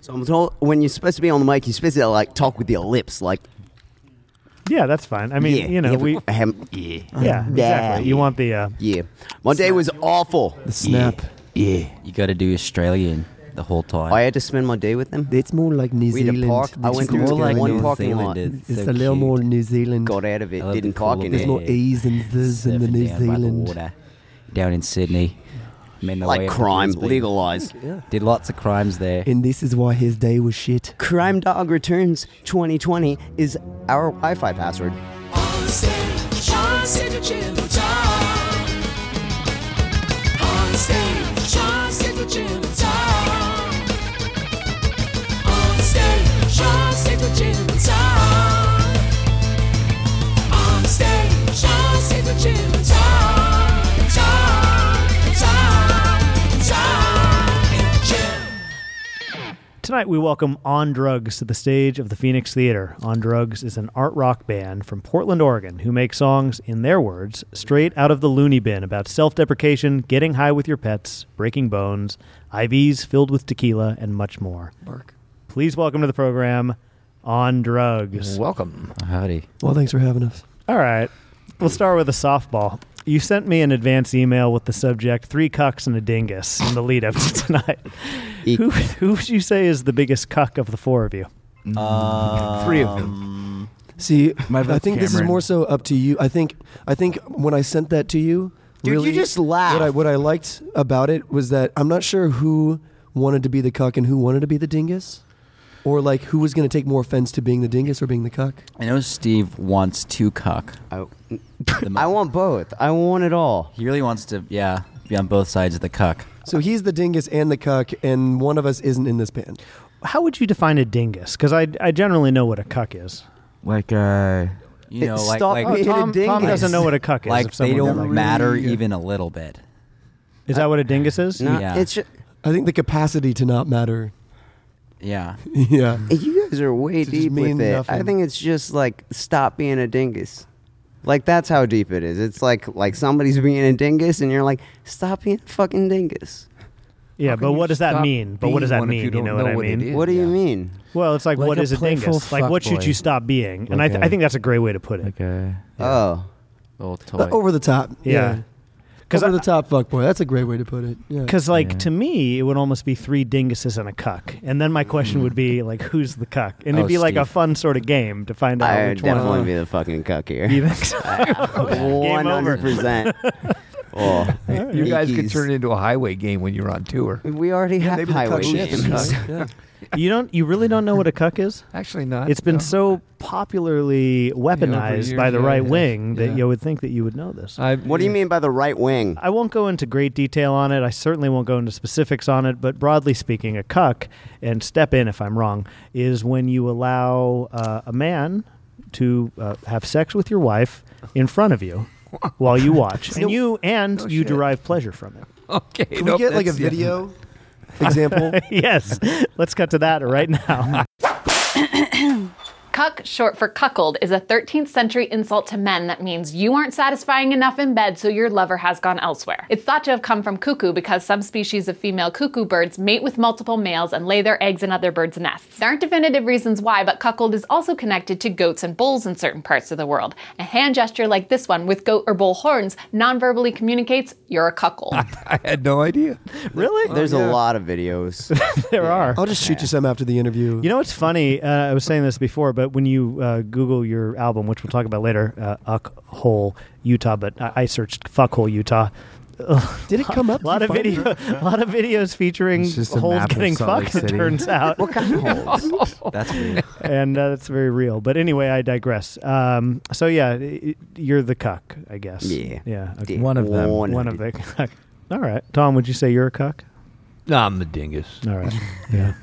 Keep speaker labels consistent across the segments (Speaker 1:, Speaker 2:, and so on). Speaker 1: So I'm told when you're supposed to be on the mic, you're supposed to like talk with your lips, like
Speaker 2: Yeah, that's fine. I mean,
Speaker 1: yeah,
Speaker 2: you know,
Speaker 1: yeah,
Speaker 2: we.
Speaker 1: ahem, yeah,
Speaker 2: Yeah, exactly. You want the. Uh,
Speaker 1: yeah. My day was awful.
Speaker 3: The snap.
Speaker 1: Yeah,
Speaker 4: You got to do Australian the whole time.
Speaker 1: I had to spend my day with them.
Speaker 3: It's more like New
Speaker 1: We had
Speaker 3: Zealand.
Speaker 1: a park. I
Speaker 3: It's
Speaker 1: went
Speaker 3: more
Speaker 1: through
Speaker 3: like
Speaker 1: one
Speaker 3: New
Speaker 1: parking lot.
Speaker 4: Zealand.
Speaker 3: It's
Speaker 4: So
Speaker 3: a little
Speaker 4: cute.
Speaker 3: more New Zealand.
Speaker 1: Got out of it.
Speaker 4: I love
Speaker 1: Didn't
Speaker 4: the cool
Speaker 1: park in
Speaker 4: little
Speaker 1: it.
Speaker 3: There's more
Speaker 4: Yeah.
Speaker 3: E's and there's in the
Speaker 4: Surfing
Speaker 3: New
Speaker 4: down by the
Speaker 3: Zealand.
Speaker 4: water, down in Sydney. Men the way
Speaker 1: Like
Speaker 4: up to
Speaker 1: crime,
Speaker 4: Brisbane.
Speaker 1: legalized.
Speaker 4: Did lots of crimes there.
Speaker 3: And this is why his day was shit.
Speaker 1: Crime Dog Returns 2020 is our Wi-Fi password.
Speaker 2: Tonight, we welcome On Drugs to the stage of the Phoenix Theater. On Drugs is an art rock band from Portland, Oregon, who make songs, in their words, straight out of the loony bin about self deprecation, getting high with your pets, breaking bones, IVs filled with tequila, and much more. Please welcome to the program On Drugs.
Speaker 5: Welcome.
Speaker 4: Howdy.
Speaker 3: Well, thanks for having us.
Speaker 2: All right, we'll start with a softball. You sent me an advance email with the subject three cucks and a dingus in the lead up to tonight.
Speaker 1: Eek.
Speaker 2: Who, who would you say is the biggest cuck of the four of you?
Speaker 3: Mm.
Speaker 5: Three of them.
Speaker 4: Um,
Speaker 3: See,
Speaker 5: My
Speaker 3: I
Speaker 5: vote's
Speaker 3: think this is
Speaker 5: Cameron.
Speaker 3: more so up to you. I think I think when I sent that to you,
Speaker 1: Dude, you
Speaker 3: really,
Speaker 1: just laughed.
Speaker 3: What I, what I liked about it was that I'm not sure who wanted to be the cuck and who wanted to be the dingus, or like who was going to take more offense to being the dingus or being the cuck.
Speaker 4: I know Steve wants to cuck.
Speaker 1: I,
Speaker 4: The mo-
Speaker 1: I want both. I want it all.
Speaker 4: He really wants to, yeah, be on both sides of the cuck.
Speaker 3: So he's the dingus and the cuck, and one of us isn't in this band.
Speaker 2: How would you define a dingus? Because I, I generally know what a cuck is.
Speaker 5: Like, uh,
Speaker 4: You know, like,
Speaker 1: Stop
Speaker 4: like,
Speaker 1: being a
Speaker 2: Tom, Tom
Speaker 1: dingus.
Speaker 2: doesn't know what a cuck is.
Speaker 4: like
Speaker 2: if
Speaker 4: they
Speaker 2: someone
Speaker 4: don't
Speaker 2: doesn't-
Speaker 4: matter even a little bit.
Speaker 2: is that what a dingus is?
Speaker 1: No,
Speaker 4: Yeah.
Speaker 1: it's just,
Speaker 3: I think the capacity to not matter.
Speaker 4: Yeah.
Speaker 3: yeah.
Speaker 1: you guys are way
Speaker 3: To just
Speaker 1: deep with
Speaker 3: mean
Speaker 1: it. I
Speaker 3: nothing.
Speaker 1: think it's just like stop being a dingus. Like that's how deep it is. It's like like somebody's being a dingus, and you're like, stop being a fucking dingus.
Speaker 2: Yeah,
Speaker 5: How can
Speaker 2: but
Speaker 5: you
Speaker 2: what does that
Speaker 5: stop
Speaker 2: mean? But what does that
Speaker 5: being one if
Speaker 2: mean?
Speaker 5: you don't
Speaker 2: know,
Speaker 5: know
Speaker 2: what I
Speaker 5: what it
Speaker 2: mean?
Speaker 5: is?
Speaker 1: What do you
Speaker 5: Yeah.
Speaker 1: mean?
Speaker 2: Well, it's like,
Speaker 5: Like
Speaker 2: what
Speaker 5: a
Speaker 2: is a
Speaker 5: playful
Speaker 2: dingus? Like what should
Speaker 5: fuckboy.
Speaker 2: you stop being? And I,
Speaker 5: Like
Speaker 2: th-
Speaker 5: a-
Speaker 2: I think that's a great way to put it.
Speaker 5: like a
Speaker 1: Oh,
Speaker 4: Little toy.
Speaker 3: But over the top.
Speaker 2: Yeah.
Speaker 3: Yeah.
Speaker 2: 'Cause
Speaker 3: over
Speaker 2: I-
Speaker 3: the top, fuck boy. That's a great way to put it. Yeah.
Speaker 2: Because like
Speaker 5: Yeah.
Speaker 2: to me, it would almost be three dinguses and a cuck, and then my question would be like, who's the cuck? And it'd
Speaker 4: Oh,
Speaker 2: be like a
Speaker 4: Steve.
Speaker 2: fun sort of game to find out
Speaker 1: I would
Speaker 2: which one.
Speaker 1: definitely be the fucking cuck here.
Speaker 2: You think so?
Speaker 1: One hundred percent. Oh,
Speaker 5: You guys could
Speaker 1: Yankees.
Speaker 5: turn it into a highway game when you're on tour.
Speaker 1: We already
Speaker 3: Yeah,
Speaker 1: have
Speaker 3: maybe the
Speaker 1: highway
Speaker 3: cuck shifts,
Speaker 1: games.
Speaker 3: right? Yeah.
Speaker 2: you don't. You really don't know what a cuck is?
Speaker 5: Actually, not.
Speaker 2: It's been
Speaker 5: no.
Speaker 2: so popularly weaponized
Speaker 5: years,
Speaker 2: by the
Speaker 5: yeah,
Speaker 2: right
Speaker 5: yes.
Speaker 2: wing that
Speaker 3: Yeah.
Speaker 2: you would think that you would know this.
Speaker 5: I,
Speaker 1: What do you mean by the right wing?
Speaker 2: I won't go into great detail on it. I certainly won't go into specifics on it, but broadly speaking, a cuck, and step in if I'm wrong, is when you allow uh, a man to uh, have sex with your wife in front of you while you watch, and you and you
Speaker 5: shit.
Speaker 2: derive pleasure from it.
Speaker 5: Okay.
Speaker 3: Can we get like a video example?
Speaker 2: yes, let's cut to that right now.
Speaker 6: Cuck, short for cuckold, is a 13th century insult to men that means you aren't satisfying enough in bed, so your lover has gone elsewhere. It's thought to have come from cuckoo because some species of female cuckoo birds mate with multiple males and lay their eggs in other birds' nests. There aren't definitive reasons why, but cuckold is also connected to goats and bulls in certain parts of the world. A hand gesture like this one with goat or bull horns non-verbally communicates you're a cuckold.
Speaker 5: I had no idea.
Speaker 2: really?
Speaker 1: There's a lot of videos.
Speaker 2: there are.
Speaker 3: I'll just shoot you some after the interview.
Speaker 2: You know what's funny? Uh, I was saying this before, but when you uh, Google your album, which we'll talk about later, uh, Uckhole Utah, but I, I searched Fuckhole Utah.
Speaker 3: Did it come up?
Speaker 2: A lot of video, a lot of videos featuring
Speaker 5: It's just a
Speaker 2: holes
Speaker 5: map of
Speaker 2: getting
Speaker 5: Salt Lake
Speaker 2: fucked. It
Speaker 5: City.
Speaker 2: turns out,
Speaker 1: what kind of holes?
Speaker 4: That's weird.
Speaker 2: and uh, that's very real. But anyway, I digress. Um, so yeah, i- i you're the cuck, I guess.
Speaker 1: Yeah.
Speaker 2: yeah. okay.
Speaker 1: Yeah.
Speaker 5: One of them.
Speaker 2: One, of the. cuck. All right, Tom. Would you say you're a cuck?
Speaker 5: No, I'm the dingus.
Speaker 2: All right. Yeah.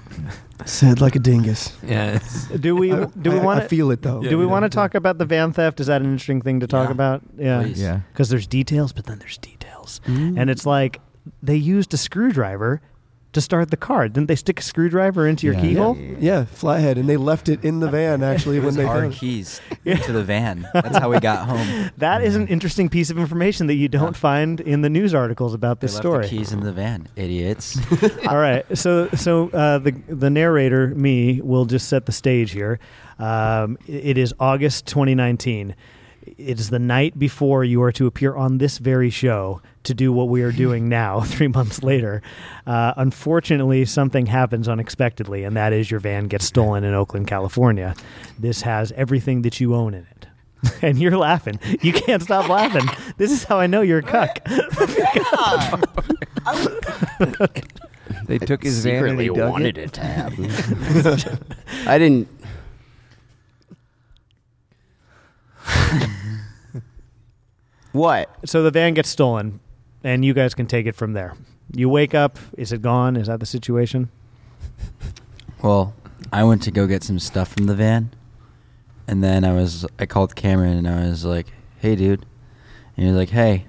Speaker 3: Said like a dingus.
Speaker 5: Yeah.
Speaker 2: Do we?
Speaker 3: I-
Speaker 2: Do we
Speaker 3: I-
Speaker 2: want
Speaker 3: I feel it though.
Speaker 2: Do we want to talk about the van theft? Is that an interesting thing to talk
Speaker 4: Yeah.
Speaker 2: about? Yeah.
Speaker 4: Please.
Speaker 5: Yeah.
Speaker 2: Because there's details, but then there's details. And it's like they used a screwdriver to start the car. Didn't they stick a screwdriver into your keyhole?
Speaker 3: Yeah, flathead, and they left it in the van actually when they
Speaker 4: Our
Speaker 3: found.
Speaker 4: keys to the van. That's how we got home.
Speaker 2: That is an interesting piece of information that you don't find in the news articles about
Speaker 4: They
Speaker 2: this
Speaker 4: left
Speaker 2: story.
Speaker 4: the keys in the van, idiots.
Speaker 2: All right. So so uh, the the narrator me will just set the stage here. Um, it is August 2019. It is the night before you are to appear on this very show to do what we are doing now, three months later. Uh, unfortunately, something happens unexpectedly, and that is your van gets stolen in Oakland, California. This has everything that you own in it. And you're laughing. You can't stop laughing. This is how I know you're a cuck.
Speaker 5: They took his van and
Speaker 1: Secretly
Speaker 5: they dug
Speaker 1: wanted
Speaker 5: it.
Speaker 1: it to happen. I didn't. what?
Speaker 2: so the van gets stolen, and you guys can take it from there. You wake up. Is it gone? Is that the situation?
Speaker 4: Well, I went to go get some stuff from the van, and then I was I called Cameron and I was like, "Hey, dude," and he was like, "Hey,"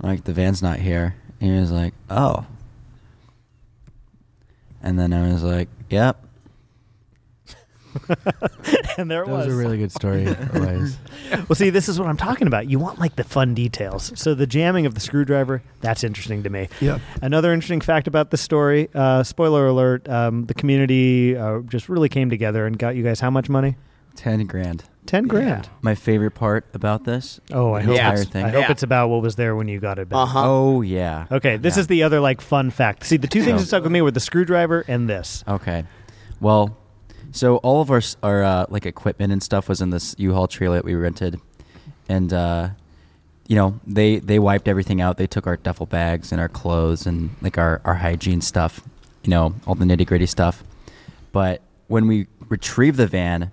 Speaker 4: I'm like the van's not here, and he was like, "Oh," and then I was like, "Yep."
Speaker 2: and there it
Speaker 7: That was a really good story, Elias.
Speaker 2: well, see, this is what I'm talking about. You want like the fun details. So the jamming of the screwdriver, that's interesting to me.
Speaker 3: Yeah.
Speaker 2: Another interesting fact about this story. Uh, spoiler alert: um, the community uh, just really came together and got you guys how much money?
Speaker 4: Ten grand.
Speaker 2: Ten grand.
Speaker 4: My favorite part about this.
Speaker 2: Oh, I hope
Speaker 4: entire
Speaker 2: it's,
Speaker 4: thing.
Speaker 2: I hope
Speaker 1: Yeah.
Speaker 2: it's about what was there when you got it back.
Speaker 1: Uh huh.
Speaker 4: Oh yeah.
Speaker 2: Okay, this
Speaker 4: Yeah.
Speaker 2: is the other like fun fact. See, the two things
Speaker 4: So-
Speaker 2: that stuck with me were the screwdriver and this.
Speaker 4: Okay. Well, so all of our s- our uh, like equipment and stuff was in this U-Haul trailer that we rented, and uh, you know they they wiped everything out. They took our duffel bags and our clothes and like our our hygiene stuff, you know, all the nitty gritty stuff. But when we retrieved the van,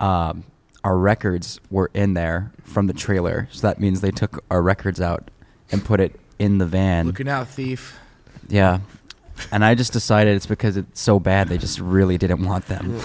Speaker 4: um, our records were in there from the trailer, so that means they took our records out and put it in the van.
Speaker 8: Looking out, thief.
Speaker 4: Yeah. And I just decided it's because it's so bad they just really didn't want them.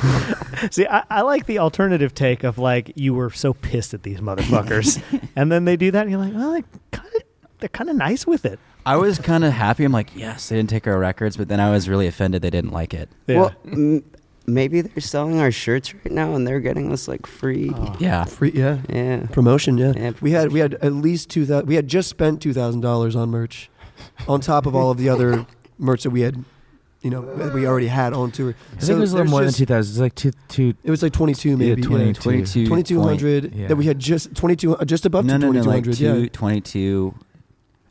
Speaker 2: See, I, I like the alternative take of like you were so pissed at these motherfuckers, and then they do that, and you're like, well, like, kind of, they're kind of nice with it.
Speaker 4: I was kind of happy. I'm like, yes, they didn't take our records, but then I was really offended they didn't like it.
Speaker 1: Well, m- maybe they're selling our shirts right now and they're getting us like free.
Speaker 4: Yeah.
Speaker 3: Free, yeah.
Speaker 1: Yeah.
Speaker 3: Promotion, yeah.
Speaker 1: Yeah.
Speaker 3: We had we had at least two thousand. We had just spent two thousand dollars on merch, on top of all of the other merch that we had, you know, that we already had on tour.
Speaker 7: I think it was a little more than
Speaker 3: two.
Speaker 7: two thousand. It's like two, two.
Speaker 3: It was like twenty two, maybe.
Speaker 7: yeah, 22.
Speaker 4: 22.
Speaker 3: Twenty two hundred
Speaker 7: Yeah.
Speaker 3: that we had just twenty two, just above
Speaker 4: No,
Speaker 3: to
Speaker 4: no,
Speaker 3: twenty
Speaker 4: no,
Speaker 3: two
Speaker 4: like
Speaker 3: hundred.
Speaker 4: two,
Speaker 3: yeah,
Speaker 4: 22.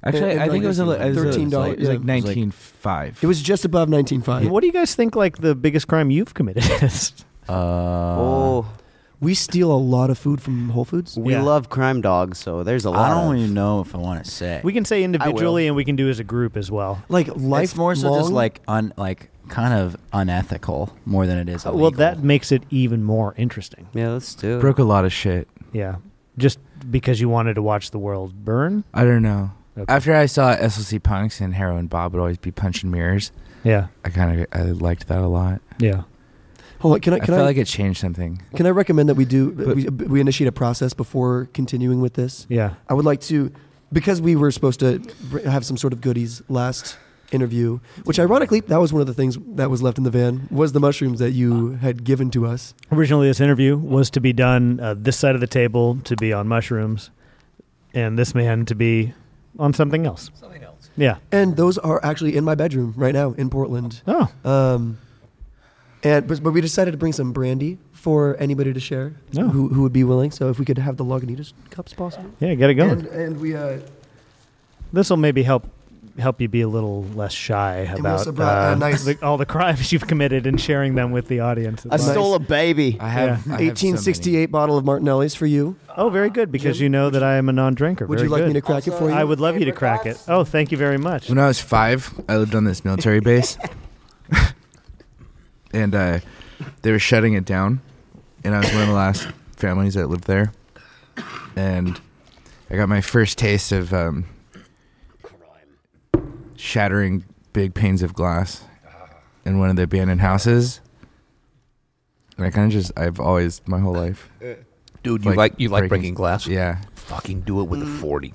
Speaker 7: Actually,
Speaker 3: And-
Speaker 7: I
Speaker 3: and
Speaker 7: think it was a
Speaker 4: like
Speaker 7: li- it was a-
Speaker 3: $13,
Speaker 7: It was like
Speaker 3: yeah.
Speaker 7: nineteen five.
Speaker 3: it was just above nineteen five.
Speaker 2: what do you guys think? Like the biggest crime you've committed is?
Speaker 4: Uh,
Speaker 1: oh,
Speaker 3: We steal a lot of food from Whole Foods.
Speaker 1: we
Speaker 2: yeah.
Speaker 1: love crime dogs, so there's a lot.
Speaker 4: I don't
Speaker 1: of-
Speaker 4: even know if I want to say.
Speaker 2: We can say individually, and we can do as a group as well.
Speaker 3: Like life
Speaker 4: it's more so just like un, like kind of unethical more than it is. Illegal.
Speaker 2: Well, that makes it even more interesting.
Speaker 1: Yeah, let's do it.
Speaker 7: broke a lot of shit.
Speaker 2: Yeah, just because you wanted to watch the world burn.
Speaker 7: I don't know.
Speaker 2: Okay.
Speaker 7: After I saw SLC Punks and Heroin Bob would always be punching mirrors,
Speaker 2: Yeah,
Speaker 7: I kind of I liked that a lot.
Speaker 2: yeah.
Speaker 3: Hold on, can I
Speaker 7: I
Speaker 3: can
Speaker 7: felt
Speaker 3: I,
Speaker 7: like it changed something.
Speaker 3: can I recommend that we do
Speaker 7: But-
Speaker 3: we, uh, we initiate a process before continuing with this?
Speaker 2: Yeah.
Speaker 3: I would like to, because we were supposed to br- have some sort of goodies last interview, which ironically, that was one of the things that was left in the van was the mushrooms that you had given to us.
Speaker 2: Originally, this interview was to be done uh, this side of the table, to be on mushrooms, and this man to be on something else. Something else. Yeah.
Speaker 3: And those are actually in my bedroom right now in Portland.
Speaker 2: Oh,
Speaker 3: Um, and but, but we decided to bring some brandy for anybody to share
Speaker 2: Oh.
Speaker 3: who, who would be willing. So if we could have the Lagunitas cups possible.
Speaker 2: yeah. Get it going.
Speaker 3: And, and we uh,
Speaker 2: This will maybe help help you be a little less shy
Speaker 3: we
Speaker 2: about
Speaker 3: also brought, uh, nice-
Speaker 2: the, all the crimes you've committed and sharing them with the audience.
Speaker 1: I
Speaker 3: Nice.
Speaker 1: stole a baby.
Speaker 7: I have I have so many.
Speaker 3: 1868 bottle of Martinelli's for you.
Speaker 2: oh, very good, because you know that I am a non-drinker.
Speaker 3: Would
Speaker 2: Very
Speaker 3: you like
Speaker 2: good.
Speaker 3: me to crack it for you?
Speaker 2: I would love you to crack it. Oh, thank you very much.
Speaker 7: When I was five, I lived on this military base, and uh, they were shutting it down, and I was one of the last families that lived there, and I got my first taste of um, shattering big panes of glass in one of the abandoned houses, and I kind of just I've always my whole life
Speaker 8: dude, you like, you like breaking glass?
Speaker 7: Yeah. Uh,
Speaker 8: Fucking do it with a forty,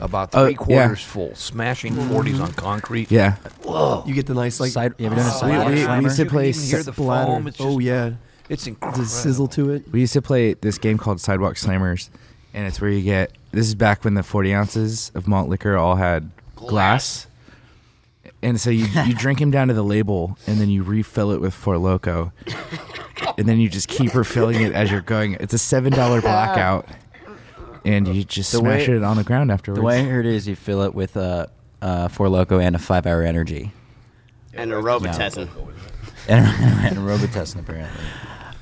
Speaker 8: about three
Speaker 7: yeah.
Speaker 8: quarters full, smashing forties on concrete.
Speaker 7: Yeah.
Speaker 8: Oh.
Speaker 3: You get the nice like
Speaker 4: side, you ever done a
Speaker 7: We,
Speaker 4: side
Speaker 7: we- we used to
Speaker 8: You can
Speaker 7: play.
Speaker 8: even hear
Speaker 7: s-
Speaker 8: the
Speaker 3: splatter.
Speaker 8: foam, it's
Speaker 3: oh
Speaker 8: just-
Speaker 3: yeah,
Speaker 8: It's
Speaker 3: the
Speaker 8: incredible.
Speaker 3: sizzle to it.
Speaker 7: We used to play this game called Sidewalk Slammers, and it's where you get. This is back when the 40 ounces of malt liquor all had glass. And so you, you drink them down to the label, and then you refill it with Four Loco. and then you just keep refilling it as you're going. It's a $7 blackout, and you just
Speaker 4: The
Speaker 7: smash
Speaker 4: way-
Speaker 7: it on the ground afterwards.
Speaker 4: The way I heard it is you fill it with uh, uh, four loco and a five hour energy.
Speaker 1: And a Robitussin.
Speaker 4: And, and Robitussin, apparently.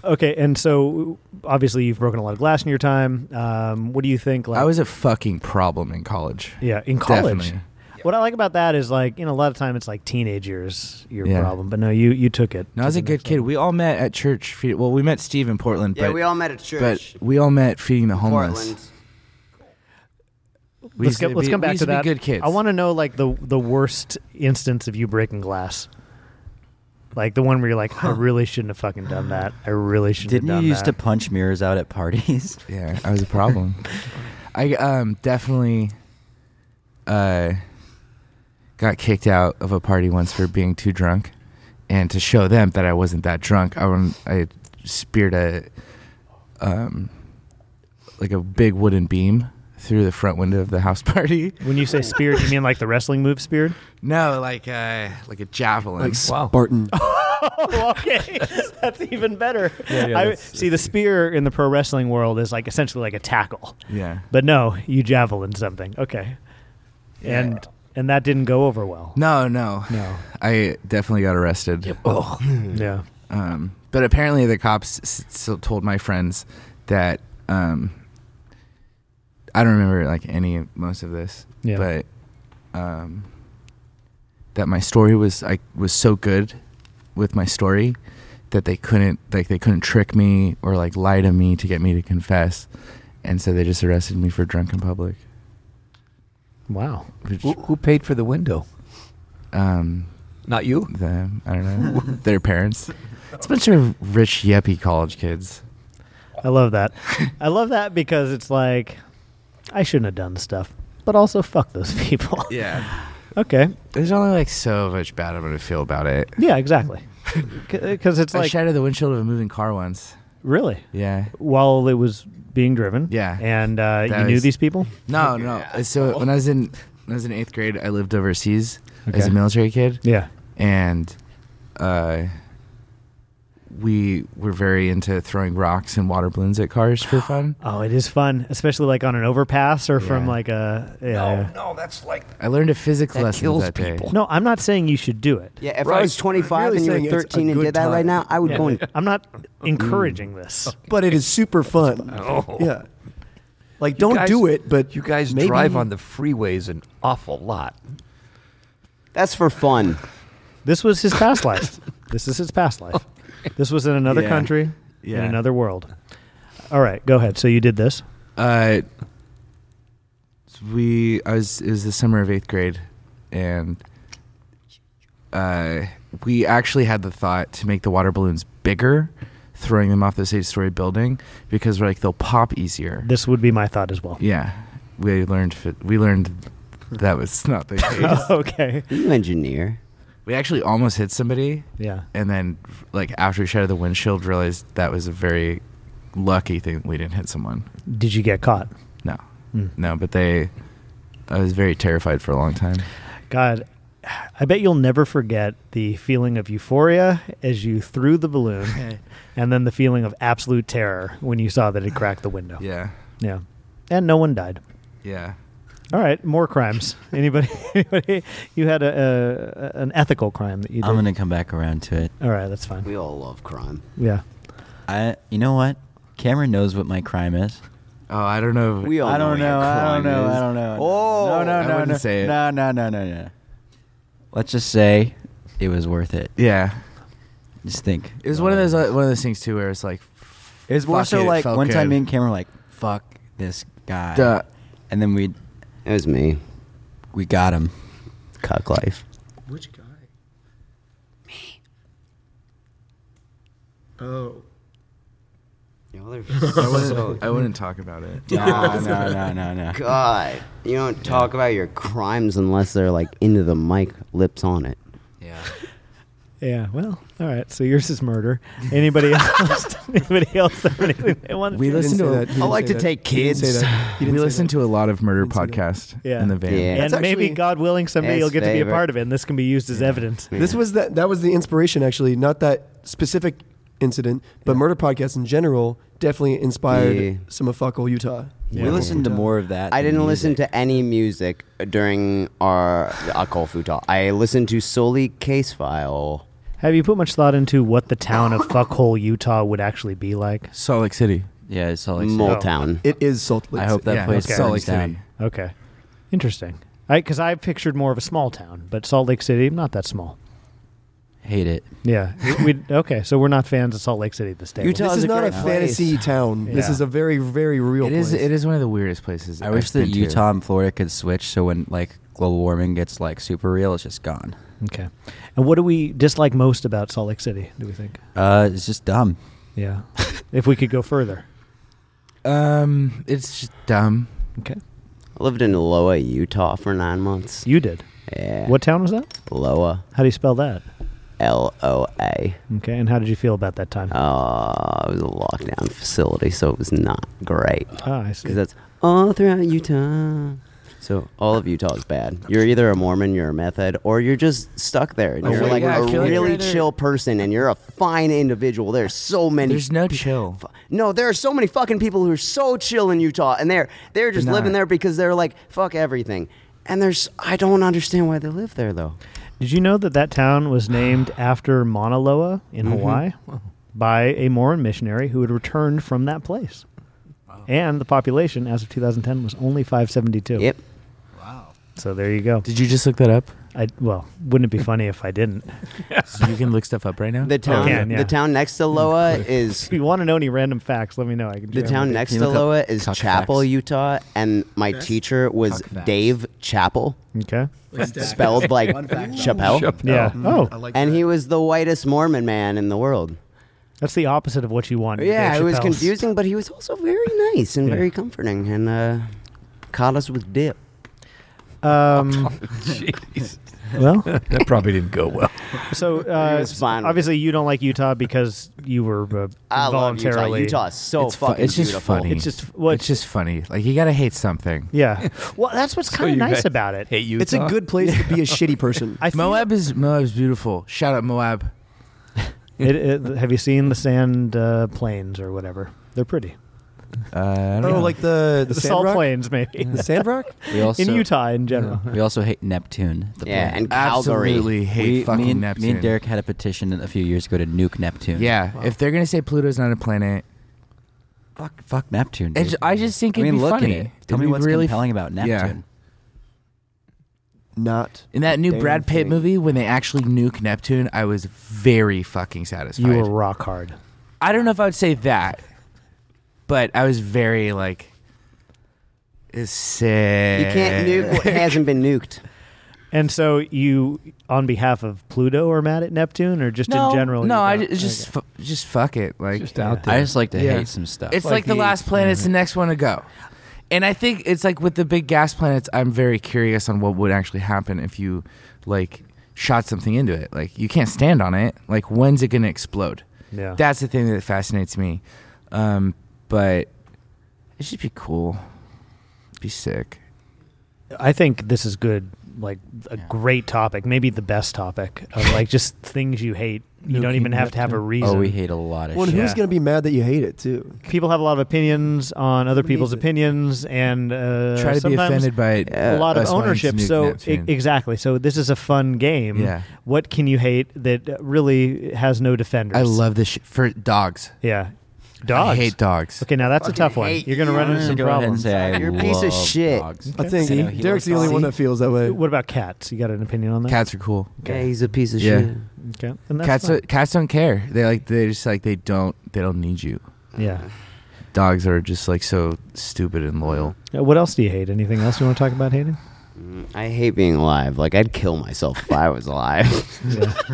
Speaker 2: Okay, and so obviously you've broken a lot of glass in your time. Um, what do you think? Like,
Speaker 7: I was a fucking problem in college.
Speaker 2: yeah in college.
Speaker 7: Definitely.
Speaker 2: What I like about that is like you know a lot of time it's like teenage years your
Speaker 7: Yeah.
Speaker 2: problem, but no, you you took it.
Speaker 7: No, I was
Speaker 2: to
Speaker 7: a
Speaker 2: the
Speaker 7: good
Speaker 2: next
Speaker 7: kid.
Speaker 2: level.
Speaker 7: We all met at church. feed- Well, we met Steve in Portland,
Speaker 1: Yeah,
Speaker 7: but,
Speaker 1: we all met at
Speaker 7: but
Speaker 1: church.
Speaker 7: we all met feeding the homeless.
Speaker 1: Portland.
Speaker 2: let's
Speaker 7: We used
Speaker 2: go,
Speaker 7: to
Speaker 2: let's
Speaker 7: be-
Speaker 2: come
Speaker 7: we
Speaker 2: back
Speaker 7: used
Speaker 2: to
Speaker 7: be
Speaker 2: that.
Speaker 7: good kids.
Speaker 2: I want to know like the the worst instance of you breaking glass, like the one where you're like, I really shouldn't have fucking done that. I really shouldn't.
Speaker 4: Didn't
Speaker 2: have
Speaker 4: you
Speaker 2: done
Speaker 4: used to
Speaker 2: that.
Speaker 4: punch mirrors out at parties?
Speaker 7: Yeah, I was a problem. I um definitely uh got kicked out of a party once for being too drunk, and to show them that I wasn't that drunk, I went, I speared a um like a big wooden beam through the front window of the house party.
Speaker 2: When you say speared, you mean like the wrestling move speared?
Speaker 7: No, like uh like a javelin.
Speaker 3: Like
Speaker 8: Wow.
Speaker 3: Spartan.
Speaker 2: Oh, okay, that's even better.
Speaker 4: yeah,
Speaker 2: I,
Speaker 4: that's-
Speaker 2: see, the spear in the pro wrestling world is like essentially like a tackle,
Speaker 7: yeah.
Speaker 2: but no, you javelin something. Okay, and and that didn't go over well.
Speaker 7: No, no.
Speaker 2: No,
Speaker 7: I definitely got arrested.
Speaker 2: yeah,
Speaker 7: Um, but apparently, the cops s- still told my friends that um, I don't remember like any most of this,
Speaker 2: Yeah.
Speaker 7: but um, that my story was I was so good with my story that they couldn't like they couldn't trick me or like lie to me to get me to confess, and so they just arrested me for drunk in public.
Speaker 2: wow.
Speaker 7: Which,
Speaker 8: Who, who paid for the window?
Speaker 7: um,
Speaker 8: Not you.
Speaker 7: the I don't know their parents. It's a bunch of rich yuppie college kids.
Speaker 2: I love that. I love that because it's like I shouldn't have done stuff, but also fuck those people.
Speaker 7: Yeah.
Speaker 2: okay,
Speaker 7: There's only like so much bad I'm gonna feel about it.
Speaker 2: yeah, exactly. Because it's
Speaker 7: I
Speaker 2: like
Speaker 7: shattered the windshield of a moving car once.
Speaker 2: really
Speaker 7: Yeah.
Speaker 2: while it was being driven.
Speaker 7: Yeah.
Speaker 2: and uh, you
Speaker 7: That
Speaker 2: knew
Speaker 7: was-
Speaker 2: these people.
Speaker 7: No, no. uh, So when I was in when I was in eighth grade, I lived overseas as
Speaker 2: Okay.
Speaker 7: a military kid,
Speaker 2: Yeah.
Speaker 7: and uh, we were very into throwing rocks and water balloons at cars for fun.
Speaker 2: Oh, it is fun, especially like on an overpass or from
Speaker 7: Yeah.
Speaker 2: like a. Yeah,
Speaker 8: No,
Speaker 2: yeah.
Speaker 8: no, that's like
Speaker 7: I learned a physics
Speaker 8: That
Speaker 7: lesson
Speaker 8: kills
Speaker 7: that day.
Speaker 8: people.
Speaker 2: No, I'm not saying you should do it.
Speaker 1: Yeah, if I
Speaker 8: Right.
Speaker 1: was 25
Speaker 3: Really
Speaker 1: and
Speaker 3: saying
Speaker 1: you
Speaker 3: it's a
Speaker 1: were 13 and
Speaker 3: good
Speaker 1: did that right
Speaker 3: time.
Speaker 1: now, I would go and
Speaker 2: I'm not encouraging
Speaker 7: Oh.
Speaker 2: this.
Speaker 3: but it is super fun.
Speaker 5: oh.
Speaker 3: Yeah. Like, don't
Speaker 8: Oh. guys-
Speaker 3: do it, but
Speaker 8: you guys
Speaker 3: maybe-
Speaker 8: drive on the freeways an awful lot.
Speaker 1: That's for fun.
Speaker 2: This was his past life. This is his past life. This was in another
Speaker 7: Yeah.
Speaker 2: country, in
Speaker 7: Yeah.
Speaker 2: another world. All right, go ahead. So you did this.
Speaker 7: Uh, we I was it was the summer of eighth grade, and uh, we actually had the thought to make the water balloons bigger, throwing them off this eight-story building because we're like they'll pop easier.
Speaker 2: This would be my thought as well.
Speaker 7: yeah, we learned fi- we learned that was not the case.
Speaker 2: okay.
Speaker 1: You engineer.
Speaker 7: we actually almost hit somebody,
Speaker 2: Yeah.
Speaker 7: and then like after we shattered the windshield, realized that was a very lucky thing we didn't hit someone.
Speaker 2: Did you get caught?
Speaker 7: No,
Speaker 2: Hmm.
Speaker 7: no, but they. I was very terrified for a long time.
Speaker 2: God, I bet you'll never forget the feeling of euphoria as you threw the balloon, and then the feeling of absolute terror when you saw that it cracked the window.
Speaker 7: Yeah.
Speaker 2: Yeah. And no one died.
Speaker 7: Yeah.
Speaker 2: All right, more crimes. Anybody? anybody you had a, a an ethical crime that you did.
Speaker 4: I'm going to come back around to it.
Speaker 2: All right, that's fine.
Speaker 1: We all love crime.
Speaker 2: Yeah.
Speaker 4: I, You know what? Cameron knows what my crime is.
Speaker 7: Oh, I don't know.
Speaker 1: We all
Speaker 4: I don't
Speaker 1: what
Speaker 4: know. I don't
Speaker 1: crime
Speaker 4: know.
Speaker 1: is.
Speaker 4: I don't know.
Speaker 1: Oh,
Speaker 4: no, no,
Speaker 7: I
Speaker 4: no,
Speaker 7: wouldn't
Speaker 4: no,
Speaker 7: say it.
Speaker 4: no, no, no, no, no. Let's just say it was worth it.
Speaker 7: yeah,
Speaker 4: Just think.
Speaker 7: it was one of those uh, one of those things too, where it's like,
Speaker 4: It was more
Speaker 7: fuck
Speaker 4: so
Speaker 7: it, it
Speaker 4: like
Speaker 7: felt
Speaker 4: one time
Speaker 7: good.
Speaker 4: me and Cameron were like, "Fuck this guy,"
Speaker 7: Duh.
Speaker 4: and then we
Speaker 1: It was me.
Speaker 4: we got him.
Speaker 1: Cuck life.
Speaker 3: Which guy? Me. Oh.
Speaker 1: You're They're
Speaker 7: I
Speaker 1: so
Speaker 7: wouldn't, I wouldn't talk about it.
Speaker 4: No, no, no, no, no.
Speaker 1: God, you don't talk about your crimes unless they're like into the mic, lips on it.
Speaker 4: Yeah.
Speaker 2: Yeah. Well. All right. So yours is murder. Anybody else? anybody else have anything they want?
Speaker 7: We
Speaker 2: to
Speaker 7: listen
Speaker 3: say
Speaker 7: to.
Speaker 3: that. He
Speaker 7: a-
Speaker 3: didn't say that. He didn't say that. He didn't
Speaker 7: We
Speaker 3: say
Speaker 7: listen
Speaker 3: that.
Speaker 7: to a lot of murder
Speaker 3: Didn't say
Speaker 7: podcasts
Speaker 2: Yeah.
Speaker 7: in the van.
Speaker 1: Yeah.
Speaker 2: and
Speaker 3: That's
Speaker 2: maybe,
Speaker 3: actually-
Speaker 2: God willing, someday
Speaker 1: That's
Speaker 2: you'll get to be a
Speaker 1: favorite.
Speaker 2: part of it, and this can be used as evidence.
Speaker 3: This
Speaker 1: Yeah.
Speaker 3: was the, that was the inspiration, actually, not that specific incident, but murder podcasts in general definitely inspired
Speaker 1: Yeah.
Speaker 3: some of Fuckle Utah.
Speaker 2: Yeah.
Speaker 4: We listened to more of that.
Speaker 1: I
Speaker 4: than
Speaker 1: didn't
Speaker 4: music.
Speaker 1: listen to any music during our uh, alcohol futal. I listened to solely Case File.
Speaker 2: Have you put much thought into what the town of Fuckhole, Utah, would actually be like?
Speaker 7: Salt Lake City.
Speaker 4: Yeah, it's all like.
Speaker 1: Motown.
Speaker 3: It is Salt Lake.
Speaker 4: I hope
Speaker 3: City.
Speaker 4: that
Speaker 7: Yeah,
Speaker 4: place
Speaker 2: okay.
Speaker 4: burns
Speaker 7: Salt Lake
Speaker 4: down.
Speaker 7: City.
Speaker 2: Okay, interesting. Because I pictured more of a small town, but Salt Lake City, not that small.
Speaker 4: Hate it.
Speaker 2: Yeah. we we- okay, so we're not fans of Salt Lake City at this day.
Speaker 4: Utah-
Speaker 3: This is
Speaker 4: a
Speaker 3: not a
Speaker 4: great place.
Speaker 3: fantasy town. This
Speaker 2: Yeah.
Speaker 3: is a very, very real
Speaker 7: It
Speaker 3: place.
Speaker 7: is. It is one of the weirdest places.
Speaker 4: I
Speaker 7: I've
Speaker 4: wish that
Speaker 7: been to.
Speaker 4: Utah and Florida could switch so when like global warming gets like super real, it's just gone.
Speaker 2: Okay. And what do we dislike most about Salt Lake City? Do we think?
Speaker 4: Uh, it's just dumb.
Speaker 2: Yeah. if we could go further.
Speaker 7: Um, it's just dumb.
Speaker 2: Okay.
Speaker 1: I lived in Loa, Utah for nine months.
Speaker 2: You did.
Speaker 1: Yeah.
Speaker 2: What town was that?
Speaker 1: Loa.
Speaker 2: How do you spell that?
Speaker 1: L O A.
Speaker 2: Okay. And how did you feel about that time?
Speaker 1: Uh, it was a lockdown facility, so it was not great.
Speaker 2: ah, I see.
Speaker 1: Because that's all throughout Utah. So all of Utah is bad. You're either a Mormon, you're a meth head, or you're just stuck there. And
Speaker 7: Oh,
Speaker 1: you're
Speaker 7: yeah,
Speaker 1: like
Speaker 7: yeah, I
Speaker 1: a
Speaker 7: feel like
Speaker 1: really
Speaker 7: you're either-
Speaker 1: chill person, and you're a fine individual. There's so many.
Speaker 7: There's no chill.
Speaker 1: fu- no, there are so many fucking people who are so chill in Utah, and they're they're just
Speaker 7: They're
Speaker 1: living
Speaker 7: not.
Speaker 1: there because they're like fuck everything. And there's I don't understand why they live there though.
Speaker 2: Did you know that that town was named after Mauna Loa in
Speaker 1: Mm-hmm.
Speaker 2: Hawaii by a Mormon missionary who had returned from that place? And the population as of 2010 was only 572.
Speaker 1: Yep.
Speaker 2: So there you go.
Speaker 7: Did you just look that up?
Speaker 2: I, well, wouldn't it be funny if I didn't?
Speaker 7: So you can look stuff up right now.
Speaker 1: The town
Speaker 2: can, yeah.
Speaker 1: the town next to Loa is
Speaker 2: If you want to know any random facts, let me know. I can
Speaker 1: The
Speaker 2: share
Speaker 1: town
Speaker 2: them.
Speaker 1: next
Speaker 4: you
Speaker 1: to
Speaker 4: look up
Speaker 1: Loa is
Speaker 4: cock
Speaker 1: Chapel,
Speaker 4: facts?
Speaker 1: Utah, and my teacher was
Speaker 4: Cock facts.
Speaker 1: Dave Chapel,
Speaker 2: Okay.
Speaker 1: spelled like Chappelle,
Speaker 2: Yeah.
Speaker 3: Mm-hmm.
Speaker 2: Oh,
Speaker 1: and he was the whitest Mormon man in the world.
Speaker 2: that's the opposite of what you want.
Speaker 1: Yeah,
Speaker 2: Dave
Speaker 1: it was
Speaker 2: Chappelle's.
Speaker 1: confusing, but he was also very nice and
Speaker 2: Yeah.
Speaker 1: very comforting, and uh, caught us with dip.
Speaker 2: Um,
Speaker 8: Jeez.
Speaker 2: well,
Speaker 8: That probably didn't go well.
Speaker 2: so uh,
Speaker 1: was fine.
Speaker 2: obviously you don't like Utah because you were uh,
Speaker 1: I love Utah.
Speaker 2: voluntarily.
Speaker 1: Utah is so
Speaker 7: It's fu-
Speaker 1: fucking
Speaker 7: it's just
Speaker 1: beautiful.
Speaker 7: funny.
Speaker 2: It's just well,
Speaker 7: it's just funny. Like you gotta hate something.
Speaker 2: Yeah. Well, that's what's kind of
Speaker 8: you
Speaker 2: nice
Speaker 8: guys-
Speaker 2: about it.
Speaker 8: Hey, Utah.
Speaker 3: It's a good place to be a shitty person.
Speaker 2: I feel-
Speaker 7: Moab is Moab's beautiful. Shout out Moab.
Speaker 2: It, it, have you seen the sand uh, plains or whatever? They're pretty.
Speaker 7: Uh, I don't
Speaker 3: oh,
Speaker 7: know.
Speaker 3: like the the,
Speaker 2: The, salt
Speaker 3: sand rock?
Speaker 2: plains, maybe.
Speaker 3: The sand rock?
Speaker 4: We also
Speaker 2: in Utah, in general.
Speaker 4: We also hate Neptune. The
Speaker 1: Yeah,
Speaker 4: planet.
Speaker 1: and Calgary.
Speaker 7: absolutely hate
Speaker 4: we,
Speaker 7: fucking
Speaker 4: me and,
Speaker 7: Neptune.
Speaker 4: Me and Derek had a petition a few years ago to nuke Neptune.
Speaker 7: Yeah, if they're gonna say Pluto's not a planet,
Speaker 4: fuck, fuck Neptune.
Speaker 7: It's-
Speaker 4: Dude.
Speaker 7: I just think
Speaker 4: I
Speaker 7: it'd
Speaker 4: mean,
Speaker 7: be
Speaker 4: look
Speaker 7: funny.
Speaker 4: at it. Tell
Speaker 7: It'd
Speaker 4: me
Speaker 7: be
Speaker 4: what's
Speaker 7: really f-
Speaker 4: compelling about
Speaker 7: Yeah.
Speaker 4: Neptune.
Speaker 3: Not.
Speaker 7: in that new
Speaker 3: Damn
Speaker 7: Brad Pitt
Speaker 3: thing.
Speaker 7: movie when they actually nuke Neptune, I was very fucking satisfied.
Speaker 2: You were rock hard.
Speaker 7: I don't know if I would say that, but I was very like, it's sick.
Speaker 1: You can't nuke what hasn't been nuked.
Speaker 2: And so you, on behalf of Pluto, are mad at Neptune, or just
Speaker 7: No,
Speaker 2: in general?
Speaker 7: No,
Speaker 2: you
Speaker 7: I
Speaker 2: don't?
Speaker 7: just just,
Speaker 2: Okay.
Speaker 7: fu- just fuck it. Like
Speaker 8: Just out
Speaker 4: I
Speaker 8: there.
Speaker 4: just like to
Speaker 7: Yeah.
Speaker 4: hate some stuff.
Speaker 7: It's like, the last planet. It's the next one to go. And I think it's like with the big gas planets, I'm very curious on what would actually happen if you like shot something into it. Like you can't stand on it. Like when's it going to explode?
Speaker 2: yeah.
Speaker 7: That's the thing that fascinates me. Um, but it should be cool. Be sick.
Speaker 2: I think this is good. Like a great topic, maybe the best topic of like just things you hate. You don't
Speaker 8: Nuking
Speaker 2: even have to have a
Speaker 8: Neptune.
Speaker 2: reason.
Speaker 4: Oh, we hate a lot of
Speaker 3: Well, and
Speaker 4: shit.
Speaker 3: who's
Speaker 2: Yeah.
Speaker 3: going to be mad that you hate it, too?
Speaker 2: People have a lot of opinions on other
Speaker 3: Who
Speaker 2: people's
Speaker 3: needs it?
Speaker 2: opinions, and uh,
Speaker 7: Try to be
Speaker 2: sometimes
Speaker 7: offended by it.
Speaker 2: a lot of
Speaker 7: us wanting to
Speaker 2: ownership.
Speaker 7: nuke
Speaker 2: So e-
Speaker 7: Neptune.
Speaker 2: exactly. So this is a fun game.
Speaker 7: Yeah.
Speaker 2: What can you hate that uh, really has no defenders?
Speaker 7: I love this shit for dogs.
Speaker 2: Yeah. Dogs.
Speaker 7: I hate dogs.
Speaker 2: Okay, now that's a tough one.
Speaker 1: hate
Speaker 2: You're going to run into
Speaker 4: I'm
Speaker 2: some
Speaker 4: gonna go ahead
Speaker 2: problems.
Speaker 4: and say I
Speaker 1: You're a piece of
Speaker 4: love
Speaker 1: shit.
Speaker 4: dogs.
Speaker 3: I think
Speaker 4: See?
Speaker 3: Derek's the only one that feels that way.
Speaker 2: What about cats? You got an opinion on that?
Speaker 7: Cats are cool.
Speaker 1: Yeah, he's a piece of
Speaker 7: Yeah.
Speaker 1: shit.
Speaker 2: Okay. And that's
Speaker 7: cats
Speaker 2: fine.
Speaker 7: cats don't care. They like they just like they don't they don't need you.
Speaker 2: yeah.
Speaker 7: Dogs are just like so stupid and loyal.
Speaker 2: Uh, What else do you hate? Anything else you want to talk about hating?
Speaker 1: Mm, I hate being alive. Like I'd kill myself if I was alive.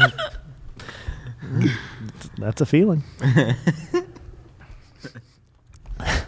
Speaker 2: Yeah. that's a feeling.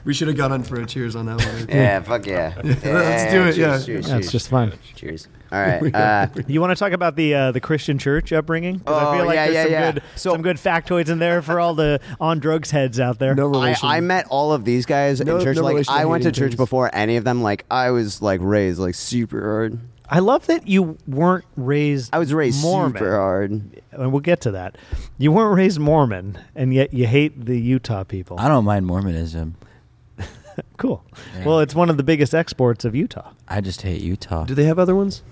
Speaker 3: We should have gone on for a cheers on that one.
Speaker 1: Yeah, fuck yeah. yeah
Speaker 3: Let's do it,
Speaker 1: Cheers,
Speaker 3: yeah.
Speaker 1: cheers,
Speaker 2: That's
Speaker 1: cheers.
Speaker 2: just fine.
Speaker 1: Cheers. All right. Uh,
Speaker 2: You want to talk about the uh, the Christian church upbringing? 'Cause I
Speaker 1: Oh,
Speaker 2: feel like
Speaker 1: yeah,
Speaker 2: there's
Speaker 1: yeah,
Speaker 2: some
Speaker 1: yeah.
Speaker 2: good
Speaker 1: So-
Speaker 2: some good factoids in there for all the on drugs heads out there.
Speaker 3: No
Speaker 1: I,
Speaker 3: relation.
Speaker 1: I met all of these guys
Speaker 3: No-
Speaker 1: in church.
Speaker 3: no
Speaker 1: like
Speaker 3: relation to
Speaker 1: I went to
Speaker 3: hating
Speaker 1: church
Speaker 3: things.
Speaker 1: before any of them. Like I was like raised like super hard.
Speaker 2: I love that you weren't raised.
Speaker 1: I was raised
Speaker 2: Mormon,
Speaker 1: super hard.
Speaker 2: and we'll get to that. You weren't raised Mormon, and yet you hate the Utah people.
Speaker 4: I don't mind Mormonism.
Speaker 2: cool. Well, it's one of the biggest exports of Utah.
Speaker 4: I just hate Utah.
Speaker 3: Do they have other ones?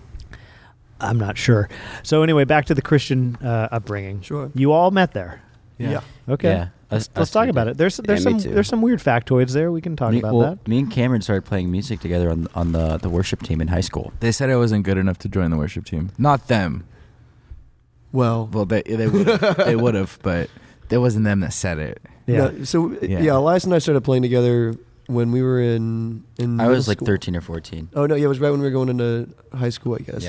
Speaker 2: I'm not sure. So anyway, back to the Christian uh, upbringing.
Speaker 3: Sure.
Speaker 2: You all met there.
Speaker 3: Yeah.
Speaker 2: Okay.
Speaker 4: Yeah, us-
Speaker 2: let's
Speaker 4: us
Speaker 2: let's talk
Speaker 4: three
Speaker 2: about
Speaker 4: did.
Speaker 2: it. There's there's
Speaker 1: Yeah, me
Speaker 2: some
Speaker 1: too.
Speaker 2: there's some weird factoids there. We can talk
Speaker 4: me,
Speaker 2: about
Speaker 4: well,
Speaker 2: that.
Speaker 4: me and Cameron started playing music together on on the the worship team in high school.
Speaker 7: They said I wasn't good enough to join the worship team. Not them.
Speaker 3: Well,
Speaker 7: Well, they they would they would have, but it wasn't them that said it.
Speaker 2: Yeah.
Speaker 3: no, so uh, yeah.
Speaker 7: Yeah.
Speaker 3: Elias and I started playing together when we were in. in
Speaker 4: I
Speaker 3: Mm. middle
Speaker 4: was like
Speaker 3: school.
Speaker 4: thirteen or fourteen.
Speaker 3: Oh no, yeah, it was right when we were going into high school, I guess.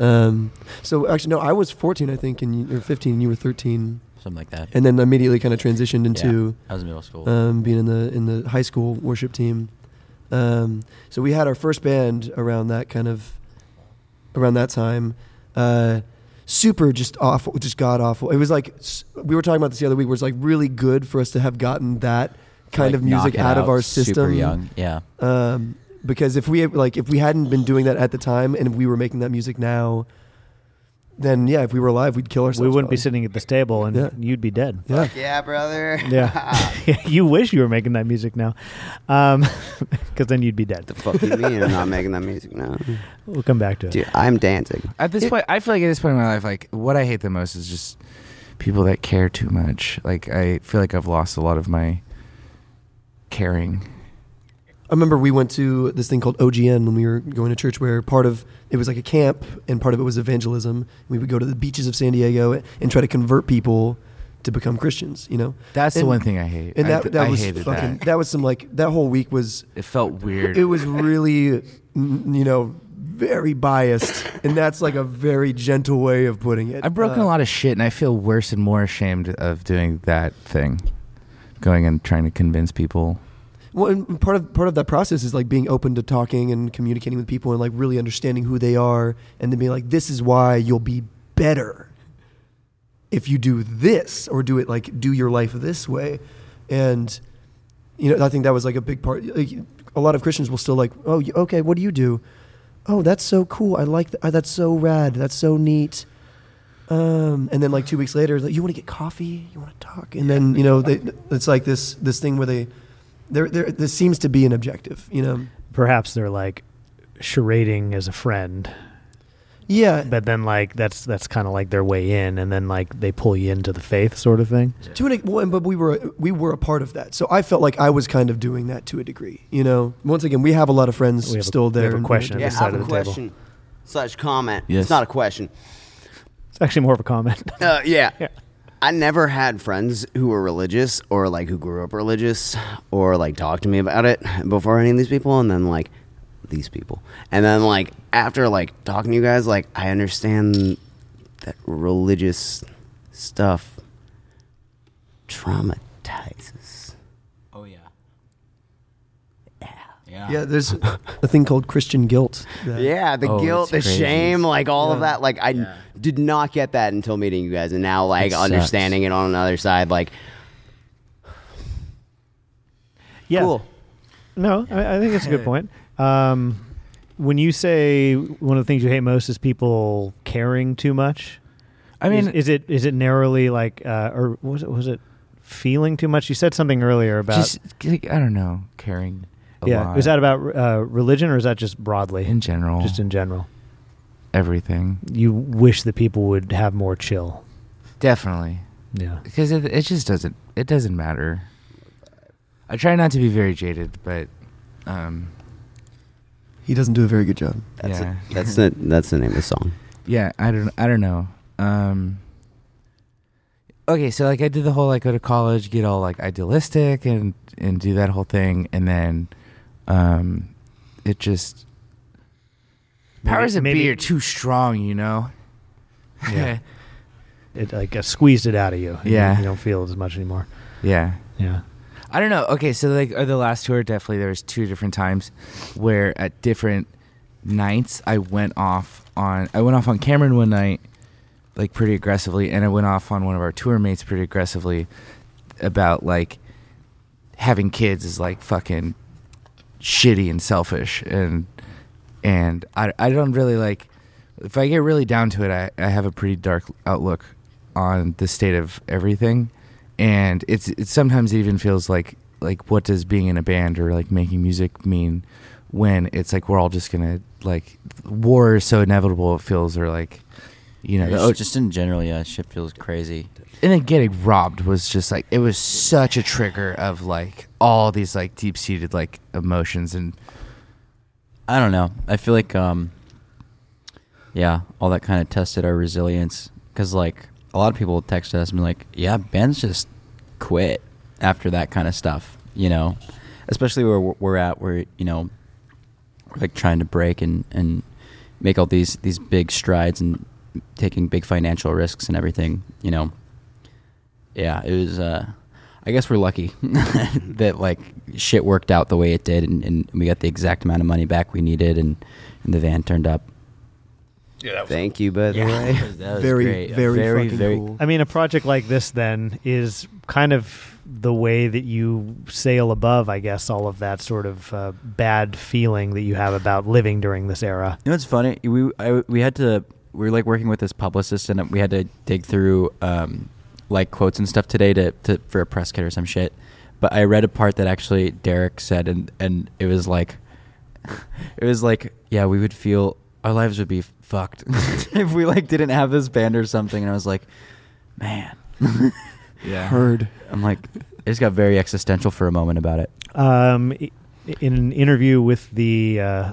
Speaker 3: Um, so actually, no, I was 14, I think, and you, or 15, and you were 13,
Speaker 4: something like that.
Speaker 3: and then immediately kind of transitioned into
Speaker 4: I was in middle school.
Speaker 3: um, being in the in the high school worship team. Um, so we had our first band around that kind of around that time. Uh, super, just awful, just god awful. It was like s- we were talking about this the other week. Where it's like really good for us to have gotten that kind
Speaker 4: Like,
Speaker 3: of music
Speaker 4: knock it
Speaker 3: out, of our
Speaker 4: super
Speaker 3: system
Speaker 4: young. Yeah,
Speaker 3: um, because if we like if we hadn't been doing that at the time and if we were making that music now, then yeah, if we were alive, we'd kill ourselves.
Speaker 2: we wouldn't be
Speaker 3: probably.
Speaker 2: sitting at this table, and
Speaker 3: Yeah.
Speaker 2: you'd be dead.
Speaker 3: Yeah.
Speaker 1: Yeah, brother.
Speaker 2: Yeah. you wish you were making that music now, because then you'd be dead.
Speaker 1: the fuck you mean I'm not making that music now?
Speaker 2: We'll come back to it.
Speaker 1: Dude, I'm dancing.
Speaker 7: At this point, I feel like at this point in my life, like what I hate the most is just people that care too much. Like I feel like I've lost a lot of my caring.
Speaker 3: I remember we went to this thing called OGN when we were going to church, where part of it was like a camp and part of it was evangelism. We would go to the beaches of San Diego and try to convert people to become Christians. You know,
Speaker 7: That's the
Speaker 3: And-
Speaker 7: one thing I hate.
Speaker 3: and that
Speaker 7: I,
Speaker 3: that
Speaker 7: I
Speaker 3: was
Speaker 7: hated
Speaker 3: fucking
Speaker 7: that.
Speaker 3: was some like that whole week was
Speaker 7: It felt weird.
Speaker 3: it was really n- you know very biased and that's like a very gentle way of putting it
Speaker 7: I've broken
Speaker 3: Uh,
Speaker 7: a lot of shit, and I feel worse and more ashamed of doing that thing, going and trying to convince people.
Speaker 3: well and part of part of that process is like being open to talking and communicating with people and like really understanding who they are and then being like this is why you'll be better if you do this or do it like do your life this way and you know i think that was like a big part like, a lot of christians will still like oh you- okay what do you do oh that's so cool i like that that's so rad that's so neat um, and then like two weeks later like, you want to get coffee you want to talk and then you know they, it's like this this thing where they there there this seems to be an objective you know
Speaker 2: Perhaps they're like charading as a friend,
Speaker 3: yeah
Speaker 2: but then like that's that's kind of like their way in, and then like they pull you into the faith sort of thing.
Speaker 3: to an well, and- but we were we were a part of that so i felt like i was kind of doing that to a degree you know once again we have a lot of friends
Speaker 2: We have a- we
Speaker 3: still
Speaker 2: have
Speaker 3: there
Speaker 2: a
Speaker 3: and-
Speaker 2: question.
Speaker 1: Yeah,
Speaker 2: this
Speaker 1: I
Speaker 2: side
Speaker 1: have
Speaker 2: of
Speaker 1: a
Speaker 2: the table.
Speaker 1: question slash comment.
Speaker 4: Yes.
Speaker 1: It's not a question.
Speaker 2: It's actually more of a comment.
Speaker 1: Uh, yeah.
Speaker 2: Yeah.
Speaker 1: I never had friends who were religious or like who grew up religious or like talked to me about it before any of these people and then like these people. And then like after like talking to you guys like I understand that religious stuff traumatizes.
Speaker 4: Oh yeah.
Speaker 3: yeah there's a thing called christian guilt that-
Speaker 1: Yeah, the
Speaker 7: Oh,
Speaker 1: guilt, the
Speaker 7: it's crazy.
Speaker 1: shame, like all of
Speaker 3: Yeah.
Speaker 1: that. Like I n- did not get that until meeting you guys, and now like
Speaker 4: It sucks.
Speaker 1: understanding it on another side. Like
Speaker 2: yeah.
Speaker 1: cool.
Speaker 2: No, I, I think it's a good point. Um, when you say one of the things you hate most is people caring too much,
Speaker 7: I mean,
Speaker 2: is, is it is it narrowly like, uh, or was it was it feeling too much? You said something earlier about
Speaker 7: just like, I don't know, caring. A
Speaker 2: yeah,
Speaker 7: lot
Speaker 2: is that about uh, religion or is that just broadly,
Speaker 7: in general?
Speaker 2: just in general?
Speaker 7: everything,
Speaker 2: You wish that people would have more chill.
Speaker 7: definitely,
Speaker 2: Yeah,
Speaker 7: because it, it just doesn't it doesn't matter. I try not to be very jaded, but um,
Speaker 3: he doesn't do a very good job
Speaker 1: That's
Speaker 7: yeah,
Speaker 1: it. That's the that's the name of the song.
Speaker 7: yeah. I don't I don't know. Um, okay, so like I did the whole like go to college, get all like idealistic and and do that whole thing, and then um, it just
Speaker 2: Maybe-
Speaker 7: powers that
Speaker 2: maybe-
Speaker 7: be are too strong, you know.
Speaker 2: Yeah. it like uh, squeezed it out of you. You-
Speaker 7: Yeah.
Speaker 2: you don't feel it as much anymore.
Speaker 7: yeah.
Speaker 2: Yeah,
Speaker 7: I don't know. Okay, so like uh, the last tour, definitely there was two different times where at different nights I went off on I went off on Cameron one night, like pretty aggressively, and I went off on one of our tour mates pretty aggressively about like having kids is like fucking shitty and selfish and and I, I don't really like if I get really down to it I, I have a pretty dark outlook on the state of everything and it's it sometimes it even feels like like what does being in a band or like making music mean when it's like we're all just gonna like war is so inevitable it feels or like you know the
Speaker 4: oh,
Speaker 7: o-
Speaker 4: just in general, yeah, shit feels crazy.
Speaker 7: and then getting robbed was just like it was such a trigger of like all these like deep seated like emotions and
Speaker 4: I don't know. I feel like, um, yeah, all that kind of tested our resilience because, like, a lot of people texted us and be like, "Yeah, bands just quit after that kind of stuff," you know, especially where we're- we're at, where you know, we're like trying to break and and make all these these big strides and taking big financial risks and everything, you know. Yeah, it was. uh I guess we're lucky that like shit worked out the way it did, and, and we got the exact amount of money back we needed, and, and the van turned up.
Speaker 1: Thank you, by the way.
Speaker 4: That was
Speaker 3: Very,
Speaker 4: great.
Speaker 3: very,
Speaker 4: very,
Speaker 3: fucking
Speaker 4: very-
Speaker 3: cool.
Speaker 2: I mean, a project like this then is kind of the way that you sail above, I guess, all of that sort of uh, bad feeling that you have about living during this era.
Speaker 4: You know what's funny? We I, we had to we were like working with this publicist, and we had to dig through um, like quotes and stuff today to, to for a press kit or some shit. But I read a part that actually Derek said, and and it was like, it was like, yeah, we would feel our lives would be fucked if we like didn't have this band or something. And I was like, man,
Speaker 7: yeah
Speaker 3: Heard.
Speaker 4: I'm like, I just got very existential for a moment about it.
Speaker 2: um, i- in an interview with the uh,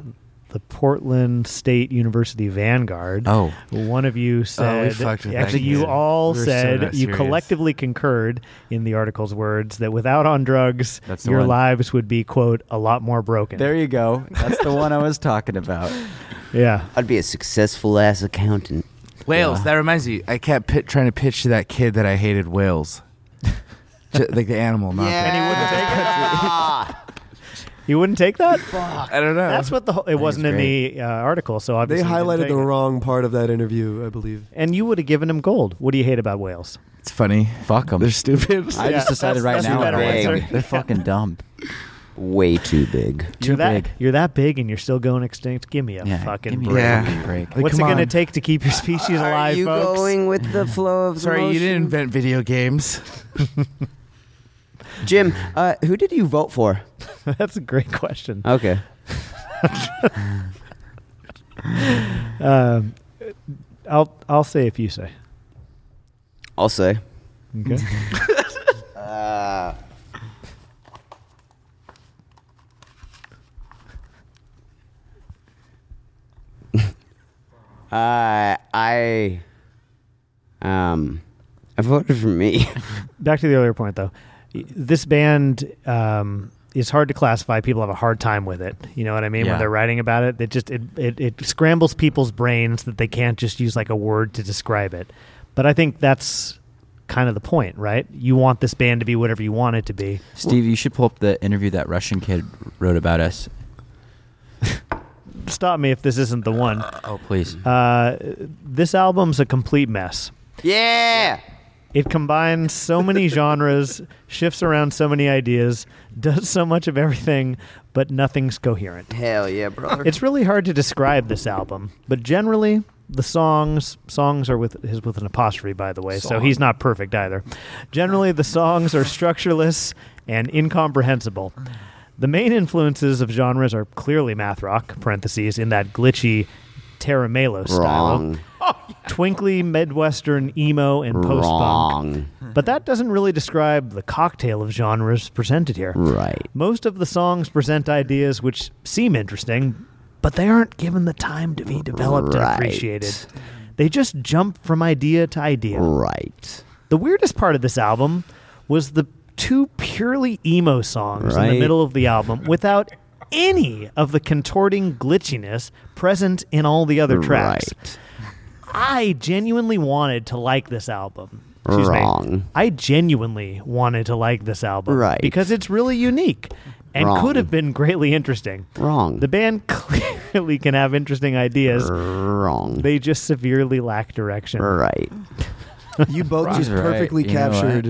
Speaker 2: the Portland State University Vanguard.
Speaker 4: Oh.
Speaker 2: one of you said.
Speaker 7: fucked with that
Speaker 2: actually,
Speaker 7: kid.
Speaker 2: you all
Speaker 7: We were so
Speaker 2: said
Speaker 7: not
Speaker 2: you
Speaker 7: serious.
Speaker 2: collectively concurred in the article's words that without on drugs,
Speaker 4: That's the
Speaker 2: your
Speaker 4: one.
Speaker 2: lives would be quote a lot more broken.
Speaker 4: There you go. That's the one I was talking about.
Speaker 2: yeah.
Speaker 1: I'd be a successful ass accountant.
Speaker 7: Wales.
Speaker 4: Yeah.
Speaker 7: That reminds me. I kept pit, trying to pitch to that kid that I hated whales, Ju- like the animal. Not
Speaker 2: You wouldn't take that.
Speaker 7: The, I don't know.
Speaker 2: That's what the whole, it wasn't in the uh, article, so
Speaker 3: They
Speaker 2: obviously you didn't
Speaker 3: highlighted
Speaker 2: take
Speaker 3: the
Speaker 2: it.
Speaker 3: wrong part of that interview, I believe.
Speaker 2: And you would have given him gold. What do you hate about whales?
Speaker 7: it's funny.
Speaker 4: Fuck 'em.
Speaker 7: They're stupid.
Speaker 4: I
Speaker 2: Yeah,
Speaker 4: just
Speaker 2: that's-
Speaker 4: decided right
Speaker 2: that's
Speaker 4: now.
Speaker 2: a better
Speaker 4: I'm
Speaker 1: answer.
Speaker 4: like, They're fucking dumb.
Speaker 1: Way too big.
Speaker 4: Too
Speaker 2: you're that
Speaker 4: big.
Speaker 2: you're that big and you're still going extinct. Give me a fucking
Speaker 4: give me
Speaker 2: break.
Speaker 7: Yeah.
Speaker 4: a fucking break.
Speaker 7: Like,
Speaker 2: What's it
Speaker 7: come
Speaker 2: going to
Speaker 7: on.
Speaker 2: take to keep your species alive,
Speaker 1: Are you
Speaker 2: folks?
Speaker 1: going with the flow of the
Speaker 7: Sorry, you
Speaker 1: motion?
Speaker 7: didn't invent video games.
Speaker 1: Jim, uh, who did you vote for?
Speaker 2: That's a great question.
Speaker 1: Okay.
Speaker 2: Um, I'll I'll say if you say.
Speaker 1: I'll say.
Speaker 2: Okay.
Speaker 1: Uh, I, um, I voted for me.
Speaker 2: Back to the earlier point, though. Y- This band um, is hard to classify. People have a hard time with it. You know what I mean?
Speaker 4: Yeah.
Speaker 2: When they're writing about it, it just it, it it scrambles people's brains that they can't just use like a word to describe it. But I think that's kind of the point, right? You want this band to be whatever you want it to be.
Speaker 4: Steve, you should pull up the interview that Russian kid wrote about us.
Speaker 2: Stop me if this isn't the one.
Speaker 4: Oh, please.
Speaker 2: Uh, this album's a complete mess.
Speaker 1: yeah.
Speaker 2: It combines so many genres, shifts around so many ideas, does so much of everything, but nothing's coherent.
Speaker 1: Hell yeah, brother.
Speaker 2: It's really hard to describe this album, but generally the songs songs are with is with an apostrophe by the way, so he's not perfect either. Generally the songs are structureless and incomprehensible. The main influences of genres are clearly math rock (parentheses in that glitchy Terra Melos style,
Speaker 1: wrong.
Speaker 2: twinkly midwestern emo and post punk.
Speaker 1: Wrong.
Speaker 2: But that doesn't really describe the cocktail of genres presented here.
Speaker 1: Right.
Speaker 2: Most of the songs present ideas which seem interesting, but they aren't given the time to be developed and
Speaker 1: Right.
Speaker 2: appreciated. They just jump from idea to idea.
Speaker 1: Right.
Speaker 2: The weirdest part of this album was the two purely emo songs in the
Speaker 1: Right.
Speaker 2: middle of the album without any of the contorting glitchiness present in all the other tracks.
Speaker 1: Right.
Speaker 2: I genuinely wanted to like this album. Excuse Me.
Speaker 1: Wrong.
Speaker 2: I genuinely wanted to like this album,
Speaker 1: Right.
Speaker 2: Because it's really unique and
Speaker 1: Wrong.
Speaker 2: could have been greatly interesting.
Speaker 1: Wrong.
Speaker 2: The band clearly can have interesting ideas.
Speaker 1: Wrong.
Speaker 2: They just severely lack direction.
Speaker 1: right.
Speaker 3: You both
Speaker 4: Ron's
Speaker 3: just
Speaker 4: right.
Speaker 3: perfectly
Speaker 4: You know what?
Speaker 3: captured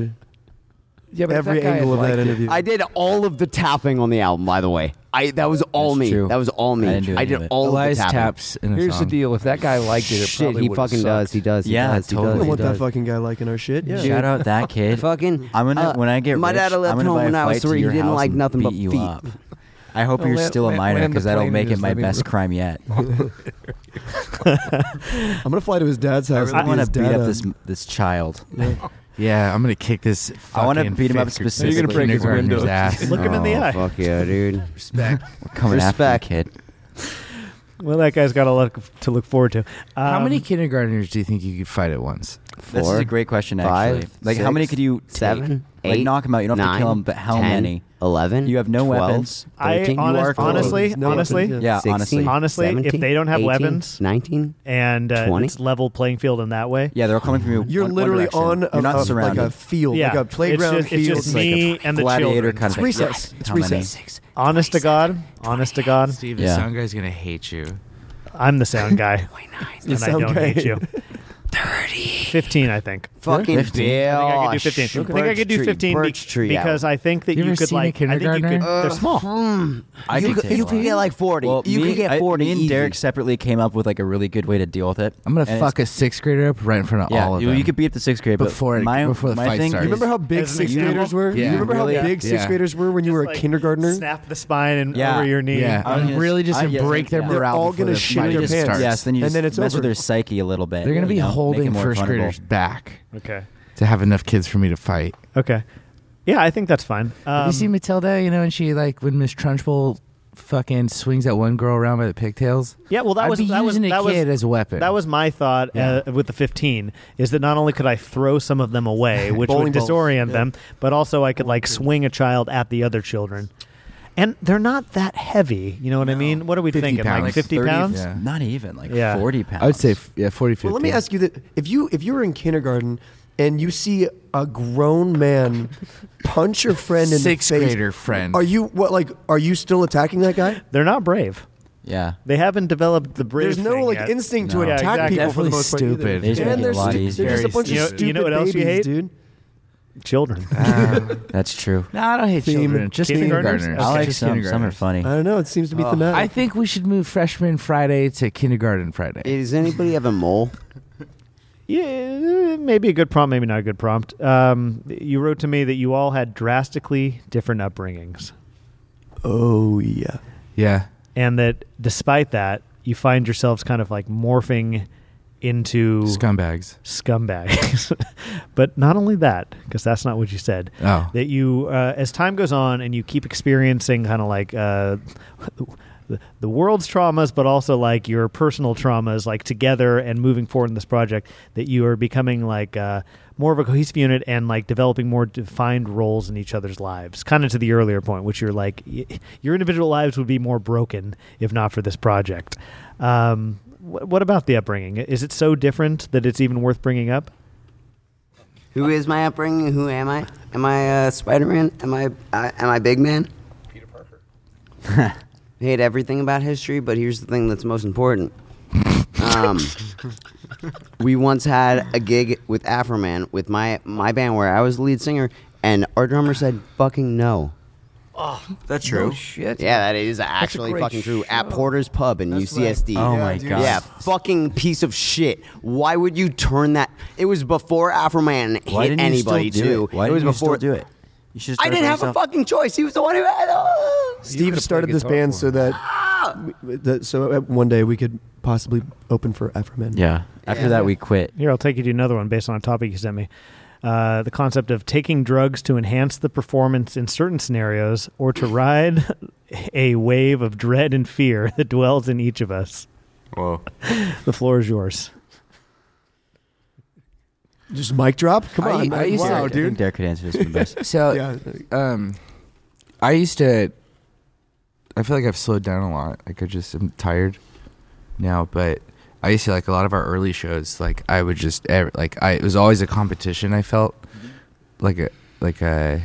Speaker 7: Yeah,
Speaker 3: every angle of that interview.
Speaker 1: I did all of the tapping on the album, by the way. I that was all
Speaker 4: That's
Speaker 1: me.
Speaker 4: true.
Speaker 1: That was all me.
Speaker 4: I
Speaker 1: I,
Speaker 4: didn't do any
Speaker 1: did
Speaker 4: of it.
Speaker 1: all
Speaker 7: Elias
Speaker 1: of the tapping.
Speaker 7: taps in a
Speaker 5: Here's the
Speaker 7: song.
Speaker 5: deal: if that guy liked it, it
Speaker 1: Shit,
Speaker 5: probably
Speaker 1: he
Speaker 5: would've
Speaker 1: fucking
Speaker 5: sucked.
Speaker 1: does. He does. He
Speaker 4: Yeah,
Speaker 1: does. He
Speaker 3: I
Speaker 4: totally.
Speaker 1: does.
Speaker 3: don't
Speaker 1: He
Speaker 3: want that
Speaker 1: does.
Speaker 3: fucking guy liking our shit. Yeah.
Speaker 4: Shout out that kid.
Speaker 1: Fucking.
Speaker 4: I'm gonna
Speaker 1: uh,
Speaker 4: when I get
Speaker 1: my
Speaker 4: rich,
Speaker 1: dad left
Speaker 4: I'm gonna
Speaker 1: home
Speaker 4: buy a
Speaker 1: when I was
Speaker 4: flight to
Speaker 1: three. He
Speaker 4: your
Speaker 1: didn't
Speaker 4: house
Speaker 1: like
Speaker 4: and
Speaker 1: nothing but
Speaker 4: beat you
Speaker 1: feet.
Speaker 4: up. I hope
Speaker 7: Well,
Speaker 4: you're
Speaker 7: land-
Speaker 4: still a
Speaker 7: land-
Speaker 4: minor
Speaker 7: land the
Speaker 4: because that'll
Speaker 7: plane in
Speaker 4: make it
Speaker 7: his
Speaker 4: my
Speaker 7: living
Speaker 4: best
Speaker 7: room.
Speaker 4: crime yet.
Speaker 3: I'm gonna fly to his dad's house.
Speaker 4: I want
Speaker 3: want
Speaker 4: to beat up this this child.
Speaker 7: Yeah, I'm gonna kick this.
Speaker 4: I wanna
Speaker 7: fucking
Speaker 4: beat him up
Speaker 7: fifth grade-
Speaker 4: specifically. You're gonna break his
Speaker 7: kindergartner's
Speaker 5: windows.
Speaker 7: ass.
Speaker 2: Look him in the
Speaker 1: Oh,
Speaker 2: eye.
Speaker 1: Fuck yeah, dude.
Speaker 4: We're coming
Speaker 1: Respect.
Speaker 4: after the kid.
Speaker 2: Well, that guy's got a lot to look forward to.
Speaker 7: How
Speaker 2: Um,
Speaker 7: many kindergartners do you think you could fight at once?
Speaker 4: this is
Speaker 1: Four,
Speaker 4: a great question.
Speaker 1: five,
Speaker 4: Actually, like how many
Speaker 1: six,
Speaker 4: could you take?
Speaker 1: seven,
Speaker 4: like
Speaker 1: eight,
Speaker 4: knock him out? You don't have to kill
Speaker 1: nine,
Speaker 4: him, but how
Speaker 1: 10,
Speaker 4: many?
Speaker 1: 11.
Speaker 4: You have no
Speaker 1: 12,
Speaker 4: weapons.
Speaker 2: I
Speaker 1: 13, you
Speaker 2: honest-
Speaker 1: are close.
Speaker 2: honestly,
Speaker 3: No
Speaker 2: honestly,
Speaker 3: weapons,
Speaker 4: Yeah,
Speaker 1: 16,
Speaker 4: honestly.
Speaker 2: Honestly, if
Speaker 1: 17,
Speaker 2: they don't have
Speaker 1: 18,
Speaker 2: weapons-
Speaker 1: 19.
Speaker 2: and uh,
Speaker 1: 20?
Speaker 2: it's level playing field in that way.
Speaker 4: Yeah, they're all coming from you.
Speaker 3: You're
Speaker 4: one- one
Speaker 3: literally
Speaker 4: direction.
Speaker 3: on a,
Speaker 4: You're not
Speaker 3: a- like
Speaker 4: surrounded.
Speaker 3: a field,
Speaker 2: Yeah,
Speaker 3: like a
Speaker 2: it's
Speaker 3: playground
Speaker 2: just- it's
Speaker 3: field.
Speaker 2: just
Speaker 4: It's like a
Speaker 2: me and the
Speaker 4: gladiator
Speaker 2: children.
Speaker 4: kind of
Speaker 3: It's recess.
Speaker 4: Yes.
Speaker 3: It's
Speaker 4: How many?
Speaker 3: recess.
Speaker 2: Honest to God, honest to God,
Speaker 7: Steve,
Speaker 4: the Yeah. sound
Speaker 7: guy's gonna hate you.
Speaker 2: I'm the sound guy, and I
Speaker 3: sound
Speaker 2: don't
Speaker 3: guy.
Speaker 2: hate you. Fifteen, I think.
Speaker 1: Fucking
Speaker 4: 15.
Speaker 1: Bill.
Speaker 2: I think I could do fifteen. I think I could do
Speaker 1: Oh, Birch
Speaker 2: fifteen
Speaker 1: Tree,
Speaker 2: be-
Speaker 1: birch tree
Speaker 2: because
Speaker 1: album.
Speaker 2: I think that
Speaker 7: You
Speaker 2: you,
Speaker 7: ever
Speaker 2: could
Speaker 7: seen a
Speaker 2: like. I think you could.
Speaker 7: kindergartner?
Speaker 2: They're small.
Speaker 4: I
Speaker 1: you
Speaker 4: could
Speaker 1: could,
Speaker 4: take
Speaker 1: you
Speaker 4: a
Speaker 1: could
Speaker 4: lot.
Speaker 1: get like 40.
Speaker 4: Well,
Speaker 1: you
Speaker 4: me,
Speaker 1: could
Speaker 4: I-
Speaker 1: get 40
Speaker 4: me and
Speaker 1: easy.
Speaker 4: Derek separately came up with like a really good way to deal with it.
Speaker 7: I'm gonna
Speaker 4: And
Speaker 7: fuck a
Speaker 4: it's-
Speaker 7: sixth grader up right in front of
Speaker 4: Yeah,
Speaker 7: all of
Speaker 4: you,
Speaker 7: them.
Speaker 4: you could beat the sixth grade but
Speaker 7: Before it-
Speaker 4: my,
Speaker 7: before the
Speaker 4: my
Speaker 7: fight
Speaker 4: thing
Speaker 7: starts.
Speaker 3: You remember how
Speaker 2: As
Speaker 3: big
Speaker 2: an
Speaker 3: sixth
Speaker 2: example?
Speaker 3: graders were?
Speaker 7: Yeah.
Speaker 3: You remember
Speaker 4: Really?
Speaker 3: how big
Speaker 7: Yeah.
Speaker 3: sixth graders were when you were a
Speaker 2: Like,
Speaker 3: kindergartner?
Speaker 2: Snap the spine and
Speaker 4: Yeah.
Speaker 2: over your knee.
Speaker 7: yeah,
Speaker 4: I'm
Speaker 7: I'm
Speaker 4: gonna-
Speaker 7: really just
Speaker 4: I-
Speaker 7: gonna
Speaker 4: yes,
Speaker 7: break their
Speaker 4: yeah.
Speaker 7: morale.
Speaker 3: They're all
Speaker 7: before
Speaker 3: gonna
Speaker 7: the
Speaker 3: shit
Speaker 7: fight
Speaker 3: their
Speaker 7: just
Speaker 3: pants.
Speaker 7: starts.
Speaker 4: Yes, then you
Speaker 3: And
Speaker 4: just
Speaker 3: then it's
Speaker 4: mess with
Speaker 3: over.
Speaker 4: their psyche a little bit.
Speaker 7: They're gonna
Speaker 4: you
Speaker 7: be
Speaker 4: know, make it
Speaker 7: holding
Speaker 4: more
Speaker 7: first
Speaker 4: vulnerable.
Speaker 7: graders back
Speaker 2: Okay.
Speaker 7: to have enough kids for me to fight.
Speaker 2: Okay. Yeah, I think that's fine.
Speaker 7: Have
Speaker 2: Um,
Speaker 7: you see Matilda? You know, and she like when Miss Trunchbull fucking swings that one girl around by the pigtails.
Speaker 2: yeah, well, that
Speaker 7: I'd
Speaker 2: was
Speaker 7: be
Speaker 2: that was
Speaker 7: using a
Speaker 2: that was
Speaker 7: kid as a weapon.
Speaker 2: That was my thought uh, with the 15 is that not only could I throw some of them away, which would
Speaker 3: Bowling balls.
Speaker 2: disorient
Speaker 3: Yeah.
Speaker 2: them, but also I could like swing a child at the other children. And they're not that heavy. You know what I mean? What are we
Speaker 7: 50
Speaker 2: thinking?
Speaker 7: pounds.
Speaker 2: Like
Speaker 7: Like
Speaker 2: 50
Speaker 4: 30
Speaker 2: pounds?
Speaker 7: Yeah.
Speaker 4: Not even like
Speaker 2: Yeah.
Speaker 4: forty pounds.
Speaker 7: I would say f- yeah, forty. 50.
Speaker 3: Well, let me ask you that: if you if you were in kindergarten and you see a grown man punch your friend in
Speaker 7: Sixth
Speaker 3: the face,
Speaker 7: grader friend.
Speaker 3: are you what like? Are you still attacking that guy?
Speaker 2: They're not brave.
Speaker 4: yeah.
Speaker 2: They haven't developed the brave.
Speaker 3: There's no
Speaker 2: thing
Speaker 3: like
Speaker 2: yet.
Speaker 3: instinct
Speaker 2: No.
Speaker 3: to
Speaker 2: Yeah,
Speaker 3: attack
Speaker 2: exactly.
Speaker 3: people for the
Speaker 7: Definitely
Speaker 3: most part. either.
Speaker 7: stupid.
Speaker 4: They just make
Speaker 3: and
Speaker 4: it
Speaker 3: they're,
Speaker 4: a lot
Speaker 3: stu-
Speaker 4: easier.
Speaker 3: they're just a bunch
Speaker 2: You know-
Speaker 3: of
Speaker 2: you
Speaker 3: stupid
Speaker 2: know what else you
Speaker 3: babies,
Speaker 2: hate?
Speaker 3: dude.
Speaker 2: Children.
Speaker 3: Ah.
Speaker 4: That's true.
Speaker 7: No, I don't hate
Speaker 3: Theme-
Speaker 7: children. Just
Speaker 2: Kindergartners?
Speaker 7: kindergartners.
Speaker 4: I
Speaker 2: Okay.
Speaker 4: like
Speaker 7: Just
Speaker 4: some. Some are
Speaker 7: kindergartners.
Speaker 4: funny.
Speaker 3: I don't know. It seems to be
Speaker 2: Uh,
Speaker 3: thematic.
Speaker 7: I think we should move freshman Friday to kindergarten Friday.
Speaker 1: Does anybody have a mole?
Speaker 2: Yeah, maybe a good prompt, maybe not a good prompt. Um, you wrote to me that you all had drastically different upbringings,
Speaker 3: oh yeah.
Speaker 7: yeah.
Speaker 2: and that despite that, you find yourselves kind of like morphing into
Speaker 7: Scumbags.
Speaker 2: scumbags. but not only that, because that's not what you said.
Speaker 7: Oh.
Speaker 2: That you, uh, as time goes on, and you keep experiencing kind of like uh, the, the world's traumas, but also like your personal traumas, like together and moving forward in this project, that you are becoming like uh, more of a cohesive unit and like developing more defined roles in each other's lives. Kind of to the earlier point, which you're like, y- your individual lives would be more broken if not for this project. Um, wh- what about the upbringing? Is it so different that it's even worth bringing up?
Speaker 1: Who is my upbringing? Who am I? Am I uh, Spider Man? Am I uh, am I Big Man? Peter Parker. Hate everything about history, but here's the thing that's most important. Um, we once had a gig with Afro Man with my my band where I was the lead singer, and our drummer said "fucking no." Oh,
Speaker 4: That's true.
Speaker 5: Shit.
Speaker 1: Yeah, that is actually
Speaker 5: great
Speaker 1: fucking true.
Speaker 5: show.
Speaker 1: At Porter's Pub in
Speaker 5: That's
Speaker 1: UCSD.
Speaker 5: right.
Speaker 4: Oh Yeah, my dude. God.
Speaker 1: Yeah, fucking piece of shit. Why would you turn that? It was before Afro Man hit
Speaker 4: Why didn't
Speaker 1: anybody
Speaker 4: you still do
Speaker 1: too.
Speaker 4: it? Why
Speaker 1: it was
Speaker 4: didn't
Speaker 1: before
Speaker 4: you still do it? You should.
Speaker 1: I didn't have a fucking choice. He was the one who had. Oh.
Speaker 3: Steve started this band so that, we- that so uh, one day we could possibly open for Everman.
Speaker 4: Yeah. After
Speaker 1: Yeah.
Speaker 4: that, we quit.
Speaker 2: Here, I'll take you to another one based on a topic you sent me. Uh, the concept of taking drugs to enhance the performance in certain scenarios or to ride a wave of dread and fear that dwells in each of us.
Speaker 8: Whoa.
Speaker 2: The floor is yours.
Speaker 3: Just mic drop. Come
Speaker 7: I-
Speaker 3: on,
Speaker 7: I
Speaker 3: man.
Speaker 7: used to-
Speaker 3: wow,
Speaker 4: I
Speaker 3: dude.
Speaker 4: think Derek could answer this one best.
Speaker 7: So,
Speaker 3: Yeah.
Speaker 7: um, I used to. I feel like I've slowed down a lot. Like I just am tired now, but I used to like a lot of our early shows. Like I would just ev- like I it was always a competition. I felt like a like a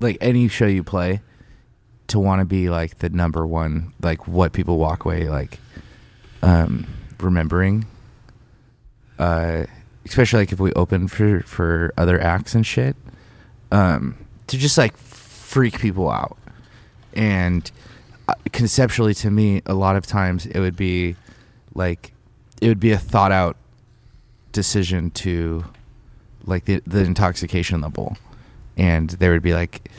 Speaker 7: like any show you play to want to be like the number one like what people walk away like um remembering uh especially like if we open for for other acts and shit um to just like freak people out and uh, conceptually to me a lot of times it would be like it would be a thought out decision to like the, the intoxication level and there would be like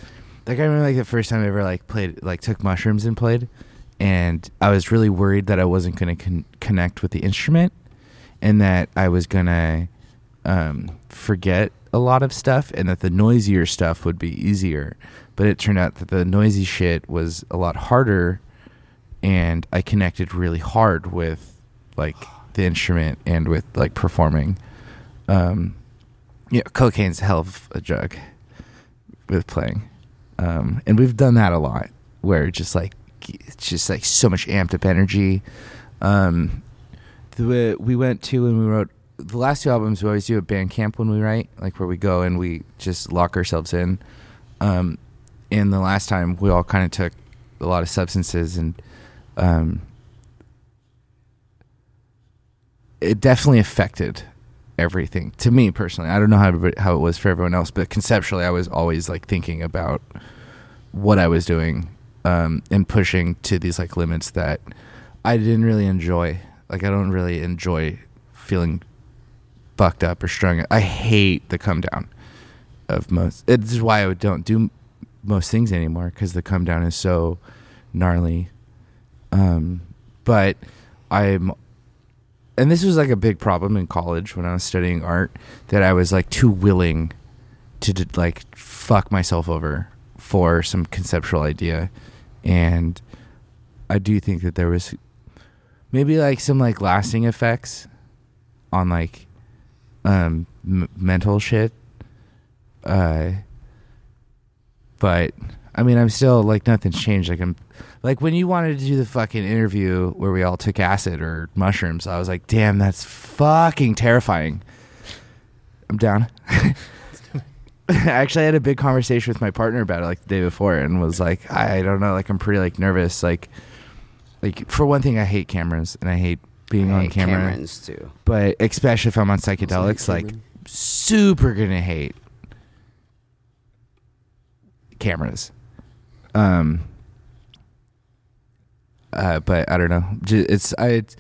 Speaker 7: like i remember like the first time i ever like played like took mushrooms and played and i was really worried that i wasn't going to con- connect with the instrument and that i was going to um, forget a lot of stuff and that the noisier stuff would be easier but it turned out that the noisy shit was a lot harder and i connected really hard with like the instrument and with like performing um yeah cocaine's a hell of a drug with playing um and we've done that a lot where just like it's just like so much amped up energy um the, we went to and we wrote the last two albums we always do at band camp when we write like where we go and we just lock ourselves in um and the last time we all kind of took a lot of substances and um it definitely affected everything to me personally. I don't know how everybody- how it was for everyone else, but conceptually, I was always like thinking about what I was doing um, and pushing to these like limits that I didn't really enjoy. Like I don't really enjoy feeling fucked up or strung. I hate the come down of most. This is why I don't do most things anymore because the come down is so gnarly. Um, but I'm and this was like a big problem in college when I was studying art that I was like too willing to, d like fuck myself over for some conceptual idea, and I do think that there was maybe like some like lasting effects on like um m- mental shit uh but I mean, I'm still like nothing's changed. Like I'm, like when you wanted to do the fucking interview where we all took acid or mushrooms, I was like, damn, that's fucking terrifying. I'm down. I actually had a big conversation with my partner about it like the day before, and was like, I don't know, like I'm pretty like nervous. Like, like for one thing, I hate cameras and I hate being on
Speaker 1: Hey,
Speaker 7: camera
Speaker 1: Cameron's too.
Speaker 7: but especially if I'm on psychedelics, like
Speaker 3: Cameron.
Speaker 7: super gonna hate cameras. Um. Uh, but I don't know. Ju- It's I it's,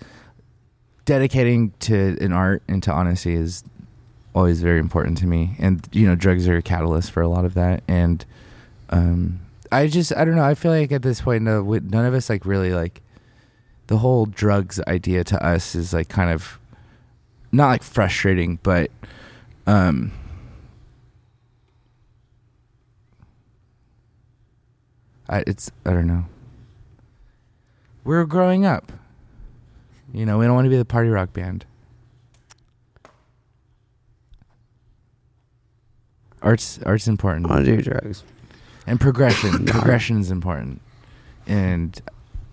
Speaker 7: dedicating to an art and to honesty is always very important to me, and you know, drugs are a catalyst for a lot of that. And um, I just I don't know. I feel like at this point, no, we- none of us like really like the whole drugs idea to us is like kind of not like frustrating, but um I it's I don't know. We're growing up. You know, we don't want to be the party rock band. Art's art's important
Speaker 1: I want to do drugs.
Speaker 7: and progression progression is important and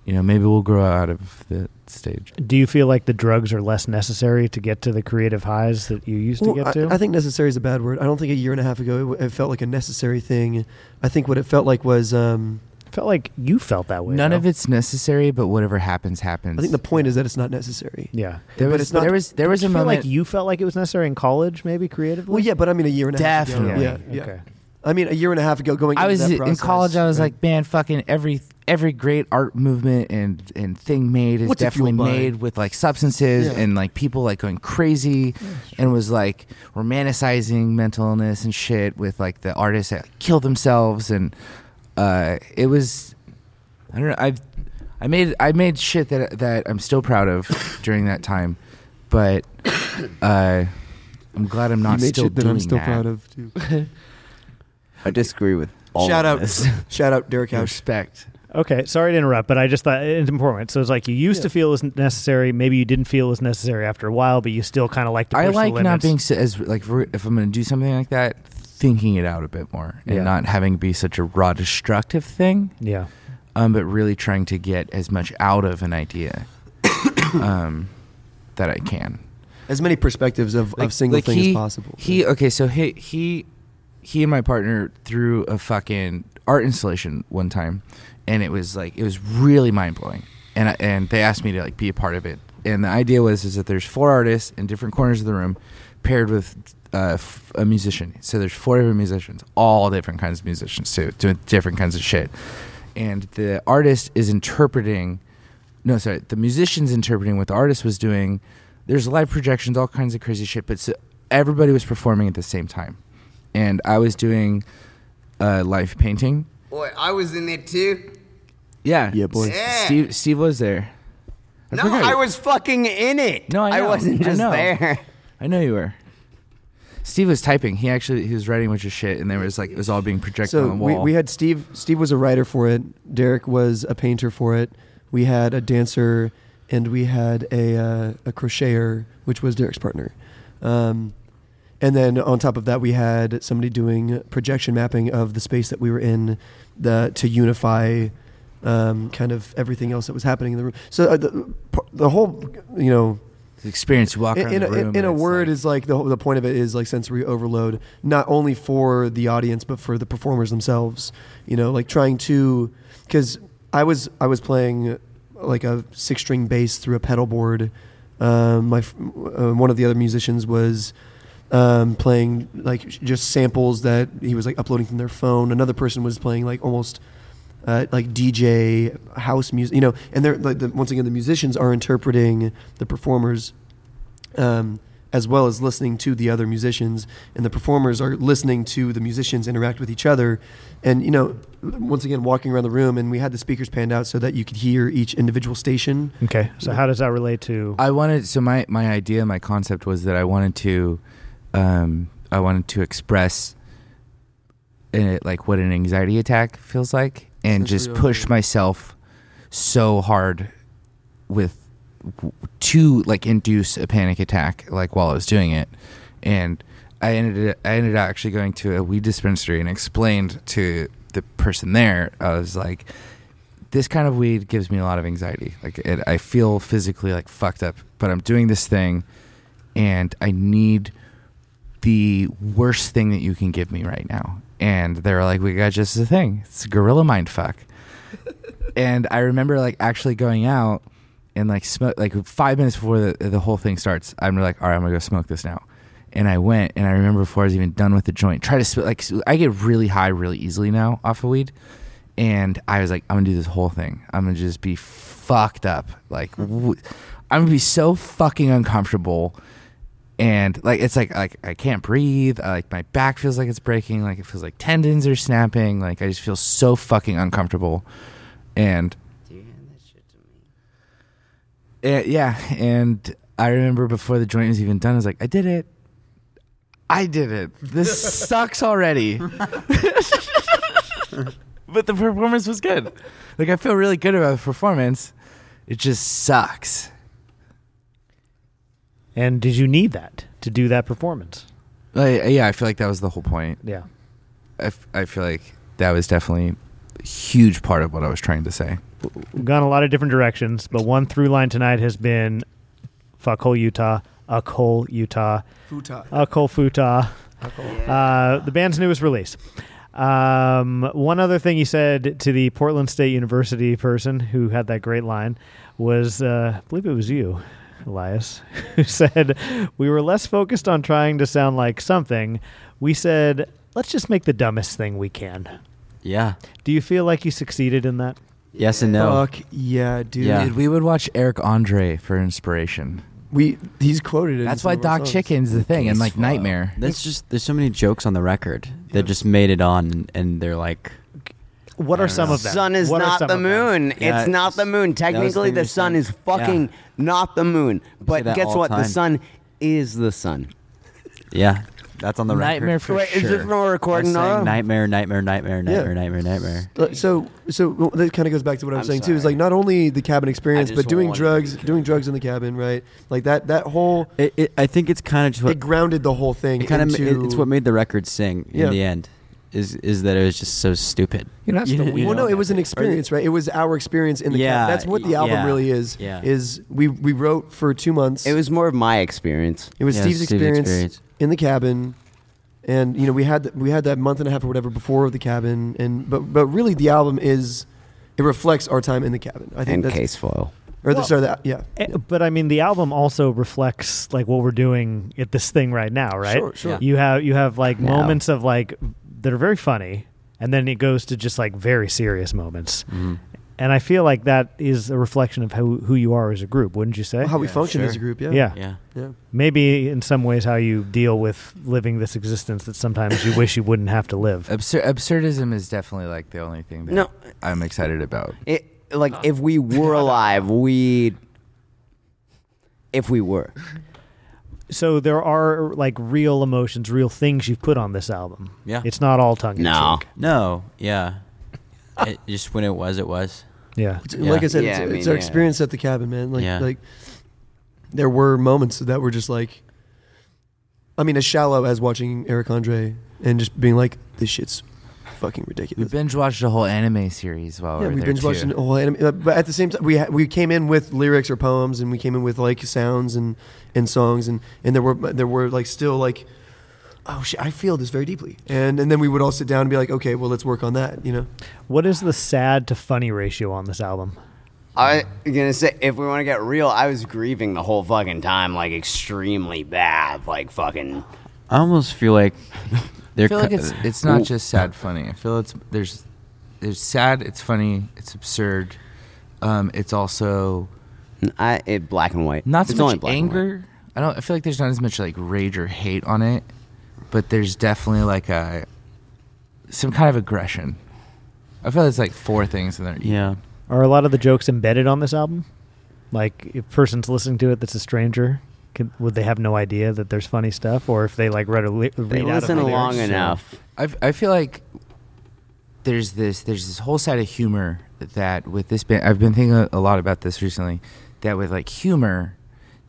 Speaker 7: you know maybe we'll grow out of the stage
Speaker 2: Do you feel like the drugs are less necessary to get to the creative highs that you used to
Speaker 3: Well,
Speaker 2: get to?
Speaker 3: I, I think necessary is a bad word. I don't think a year and a half ago it, w- it felt like a necessary thing. I think what it felt like was um,
Speaker 2: felt like you felt that way.
Speaker 7: none
Speaker 2: though.
Speaker 7: of it's necessary but whatever happens happens
Speaker 3: I think the point is that it's not necessary.
Speaker 2: Yeah.
Speaker 7: there
Speaker 3: but
Speaker 7: was
Speaker 3: it's not-
Speaker 7: there was there was
Speaker 2: Do
Speaker 7: a
Speaker 2: you feel
Speaker 7: moment
Speaker 2: like you felt like it was necessary in college, maybe creatively.
Speaker 3: Well, yeah, but I mean a year and a half. ago.
Speaker 7: Definitely.
Speaker 3: Yeah, yeah.
Speaker 2: Okay.
Speaker 3: I mean a year and a half ago going.
Speaker 7: I
Speaker 3: into
Speaker 7: was
Speaker 3: that
Speaker 7: in
Speaker 3: process,
Speaker 7: college. I was
Speaker 3: right?
Speaker 7: like, man, fucking every every great art movement and and thing made is
Speaker 3: What's it
Speaker 7: definitely
Speaker 3: fueled by?
Speaker 7: made with like substances
Speaker 3: Yeah.
Speaker 7: and like people like going crazy, and was like romanticizing mental illness and shit with like the artists that kill themselves and uh, it was I don't know I've I made I made shit that that I'm still proud of during that time, but uh, I'm glad I'm not
Speaker 3: You made
Speaker 7: still
Speaker 3: shit that
Speaker 7: doing
Speaker 3: I'm still
Speaker 7: that.
Speaker 3: proud of too.
Speaker 1: I disagree with all
Speaker 3: shout
Speaker 1: of
Speaker 3: out,
Speaker 1: this.
Speaker 3: shout out, Derek House.
Speaker 7: Respect.
Speaker 2: Okay, sorry to interrupt, but I just thought it's important. So it's like you used
Speaker 3: Yeah.
Speaker 2: to feel it was necessary. Maybe you didn't feel it was necessary after a while, but you still kind of like to push
Speaker 7: I
Speaker 2: the
Speaker 7: like not
Speaker 2: limits.
Speaker 7: being so, as like re- if I'm going to do something like that, thinking it out a bit more and
Speaker 2: Yeah.
Speaker 7: not having it be such a raw destructive thing.
Speaker 2: yeah,
Speaker 7: um, but really trying to get as much out of an idea um, that I can.
Speaker 3: as many perspectives of,
Speaker 7: Like-
Speaker 3: of single
Speaker 7: like
Speaker 3: thing
Speaker 7: he-
Speaker 3: as possible.
Speaker 7: He okay, so he he he and my partner threw a fucking art installation one time, and it was like it was really mind blowing, and I, and they asked me to like be a part of it, and the idea was is that there's four artists in different corners of the room, paired with. Uh, f- a musician. So there's four different musicians, all different kinds of musicians too, doing different kinds of shit. And the artist is interpreting no, sorry, the musicians interpreting what the artist was doing. There's live projections, all kinds of crazy shit, but so everybody was performing at the same time, and I was doing uh, live painting.
Speaker 9: Boy, I was in there too.
Speaker 7: Yeah,
Speaker 3: Yeah, boy.
Speaker 9: Yeah.
Speaker 7: Steve, Steve was there.
Speaker 9: no,
Speaker 7: forgot.
Speaker 9: I was fucking in it.
Speaker 7: No, I, know.
Speaker 9: wasn't just
Speaker 7: know.
Speaker 9: there.
Speaker 7: I know you were. Steve was typing. He actually he was writing a bunch of shit, and there was like it was all being projected on
Speaker 3: so
Speaker 7: the
Speaker 3: we,
Speaker 7: wall.
Speaker 3: we had Steve. Steve was a writer for it. Derek was a painter for it. We had a dancer, and we had a uh, a crocheter, which was Derek's partner. Um, and then on top of that, we had somebody doing projection mapping of the space that we were in, the to unify. Um, kind of everything else that was happening in the room. So uh, the, the whole, you know,
Speaker 7: the experience. You walk around
Speaker 3: in,
Speaker 7: the
Speaker 3: in a-
Speaker 7: room.
Speaker 3: in
Speaker 7: and
Speaker 3: a
Speaker 7: it's
Speaker 3: word
Speaker 7: like-
Speaker 3: is like the, whole- the point of it is like sensory overload not only for the audience but for the performers themselves you know like trying to because i was i was playing like a six string bass through a pedal board um, my f- uh, one of the other musicians was um, playing like sh- just samples that he was like uploading from their phone another person was playing like almost uh, like DJ house music, you know, and they're like the, once again the musicians are interpreting the performers um, as well as listening to the other musicians. And the performers are listening to the musicians interact with each other. And, you know, once again, walking around the room, and we had the speakers panned out so that you could hear each individual station.
Speaker 2: Okay, so how does that relate to?
Speaker 7: I wanted so my my idea, my concept was that I wanted to, um, I wanted to express, uh like what an anxiety attack feels like, and just
Speaker 3: Sensory
Speaker 7: push
Speaker 3: overload.
Speaker 7: myself so hard with to like induce a panic attack like while I was doing it, and I ended up, I ended up actually going to a weed dispensary and explained to the person there. I was like, this kind of weed gives me a lot of anxiety. Like it, I feel physically like fucked up, but I'm doing this thing, and I need the worst thing that you can give me right now. And they were like, we got just the thing. It's gorilla mind fuck. and I remember like actually going out and like smoke like five minutes before the the whole thing starts. I'm like, all right, I'm gonna go smoke this now. And I went, and I remember before I was even done with the joint, try to sm- like s- I get really high really easily now off of weed, and I was like, I'm gonna do this whole thing. I'm gonna just be fucked up. Like, w- I'm gonna be so fucking uncomfortable and like it's like like I can't breathe. I, like my back feels like it's breaking. Like it feels like tendons are snapping. Like I just feel so fucking uncomfortable. And Eh, yeah, and I remember before the joint was even done, I was like, I did it. I did it. This sucks already. but the performance was good. Like I feel really good about the performance. It just sucks.
Speaker 2: And did you need that to do that performance?
Speaker 7: Like, yeah, I feel like that was the whole point.
Speaker 2: Yeah.
Speaker 7: I, f- I feel like that was definitely a huge part of what I was trying to say.
Speaker 2: We've gone a lot of different directions, but one through line tonight has been fuck hole Utah, uck hole Utah,
Speaker 3: Futa.
Speaker 2: uck hole Futa. Uh, the band's newest release. Um, one other thing you said to the Portland State University person who had that great line was, uh, I believe it was you, Elias, who said, We were less focused on trying to sound like something. We said, Let's just make the dumbest thing we can.
Speaker 4: Yeah.
Speaker 2: Do you feel like you succeeded in that?
Speaker 4: Yes and no.
Speaker 3: Fuck yeah, dude.
Speaker 4: Yeah.
Speaker 7: Dude, we would watch Eric Andre for inspiration.
Speaker 3: We he's quoted. in
Speaker 7: That's
Speaker 3: some
Speaker 7: why
Speaker 3: of our
Speaker 7: Doc
Speaker 3: songs.
Speaker 7: Chicken's the thing, and
Speaker 4: Case
Speaker 7: like
Speaker 4: file.
Speaker 7: Nightmare.
Speaker 4: That's just there's so many jokes on the record
Speaker 3: Yeah.
Speaker 4: that just made it on, and they're like,
Speaker 2: What are some of them?
Speaker 1: Sun is
Speaker 2: What are
Speaker 1: not
Speaker 2: some
Speaker 1: the
Speaker 2: of them?
Speaker 1: moon.
Speaker 4: Yeah,
Speaker 1: it's not the moon.
Speaker 4: that was the
Speaker 1: Technically,
Speaker 4: thing
Speaker 1: the
Speaker 4: you're
Speaker 1: sun
Speaker 4: saying.
Speaker 1: is fucking
Speaker 4: Yeah.
Speaker 1: not the moon. But
Speaker 4: that
Speaker 1: guess
Speaker 4: all
Speaker 1: what? The
Speaker 4: time.
Speaker 1: sun is the sun.
Speaker 4: yeah, that's on the
Speaker 7: Nightmare
Speaker 4: record.
Speaker 7: for
Speaker 1: Wait, is
Speaker 7: sure.
Speaker 1: this when we're
Speaker 4: I was
Speaker 1: recording?
Speaker 4: saying
Speaker 1: now?
Speaker 4: nightmare, nightmare, nightmare, nightmare,
Speaker 3: Yeah.
Speaker 4: nightmare, nightmare.
Speaker 3: Like, Uh, So, so well, that kind of goes back to what I was
Speaker 1: I'm
Speaker 3: saying too. Is
Speaker 1: sorry.
Speaker 3: like not only the cabin experience,
Speaker 1: just
Speaker 3: but doing
Speaker 1: wanted to
Speaker 3: drugs,
Speaker 1: be
Speaker 3: doing drugs in the cabin, right? Like that. That whole
Speaker 4: It, it, I think it's kind of just what
Speaker 3: it grounded the whole thing.
Speaker 4: it kind of
Speaker 3: into,
Speaker 4: it's what made the record sing in
Speaker 3: Yeah.
Speaker 4: the end. is is that it was just so stupid. You know,
Speaker 3: well, no, it was an experience, right? It was our experience in the
Speaker 4: Yeah,
Speaker 3: cab. That's what the album
Speaker 4: yeah,
Speaker 3: really is.
Speaker 4: yeah.
Speaker 3: Is we we wrote for two months.
Speaker 1: It was more of my experience.
Speaker 3: It was
Speaker 4: Yeah,
Speaker 3: Steve's,
Speaker 4: Steve's
Speaker 3: experience,
Speaker 4: experience.
Speaker 3: in the cabin, and you know we had th- we had that month and a half or whatever before the cabin, and but but really the album is it reflects our time in the cabin. I think
Speaker 1: and
Speaker 3: that's
Speaker 1: case foil.
Speaker 3: or the
Speaker 2: Well-
Speaker 3: sorry that yeah
Speaker 2: Eh, But I mean, the album also reflects like what we're doing at this thing right now, right?
Speaker 3: Sure, sure. Yeah.
Speaker 2: You have you have like
Speaker 1: Now.
Speaker 2: moments of like that are very funny, and then it goes to just like very serious moments.
Speaker 1: Mm-hmm.
Speaker 2: And I feel like that is a reflection of who who you are as a group, wouldn't you say?
Speaker 3: how we function
Speaker 4: sure.
Speaker 3: as a group. Yeah,
Speaker 2: yeah.
Speaker 4: Yeah.
Speaker 3: yeah.
Speaker 2: Maybe in some ways how you deal with living this existence that sometimes you wish you wouldn't have to live.
Speaker 7: Absur- absurdism is definitely like the only thing that
Speaker 1: No.
Speaker 7: I'm excited about.
Speaker 1: It like if we were alive, we if we were.
Speaker 2: So there are like real emotions, real things you've put on this album.
Speaker 4: Yeah.
Speaker 2: It's not all tongue in
Speaker 1: No.
Speaker 2: cheek.
Speaker 4: No, yeah. it, just when it was, it was.
Speaker 2: Yeah.
Speaker 3: It's-
Speaker 4: Yeah.
Speaker 3: Like I said,
Speaker 1: Yeah,
Speaker 3: it's,
Speaker 1: I
Speaker 3: it's
Speaker 1: mean,
Speaker 3: our
Speaker 1: yeah.
Speaker 3: experience at the cabin, man. Like
Speaker 4: Yeah.
Speaker 3: like there were moments that were just like, I mean, as shallow as watching Eric Andre and just being like, this shit's fucking
Speaker 7: We
Speaker 3: ridiculous.
Speaker 7: binge watched a whole anime series while
Speaker 3: yeah,
Speaker 7: we were
Speaker 3: we
Speaker 7: there
Speaker 3: binge
Speaker 7: too.
Speaker 3: watched an whole anime, uh, but at the same time, we ha- we came in with lyrics or poems, and we came in with like sounds and, and songs, and, and there were there were like still like, oh shit, I feel this very deeply, and and then we would all sit down and be like, okay, well let's work on that, you know.
Speaker 2: What is the sad to funny ratio on this album?
Speaker 1: I gonna say if we want to get real, I was grieving the whole fucking time, like extremely bad, like fucking.
Speaker 4: I almost feel like
Speaker 7: I
Speaker 4: they're
Speaker 7: feel like
Speaker 4: co-
Speaker 7: it's it's not just sad funny. I feel it's there's there's sad. It's funny. It's absurd. Um, it's also
Speaker 1: I it black and white.
Speaker 7: not so
Speaker 1: it's only
Speaker 7: much
Speaker 1: black and white.
Speaker 7: anger. I don't. I feel like there's not as much like rage or hate on it, but there's definitely like a some kind of aggression. I feel it's like four things in there.
Speaker 4: yeah.
Speaker 2: Are a lot of the jokes embedded on this album? Like, if a person's listening to it that's a stranger, can, would they have no idea that there's funny stuff? Or if they like read a li- read
Speaker 1: They
Speaker 2: out
Speaker 1: listen
Speaker 2: of the
Speaker 1: long
Speaker 2: lyrics?
Speaker 1: enough.
Speaker 7: I I feel like there's this there's this whole side of humor that with this band I've been thinking a- a lot about this recently that with like humor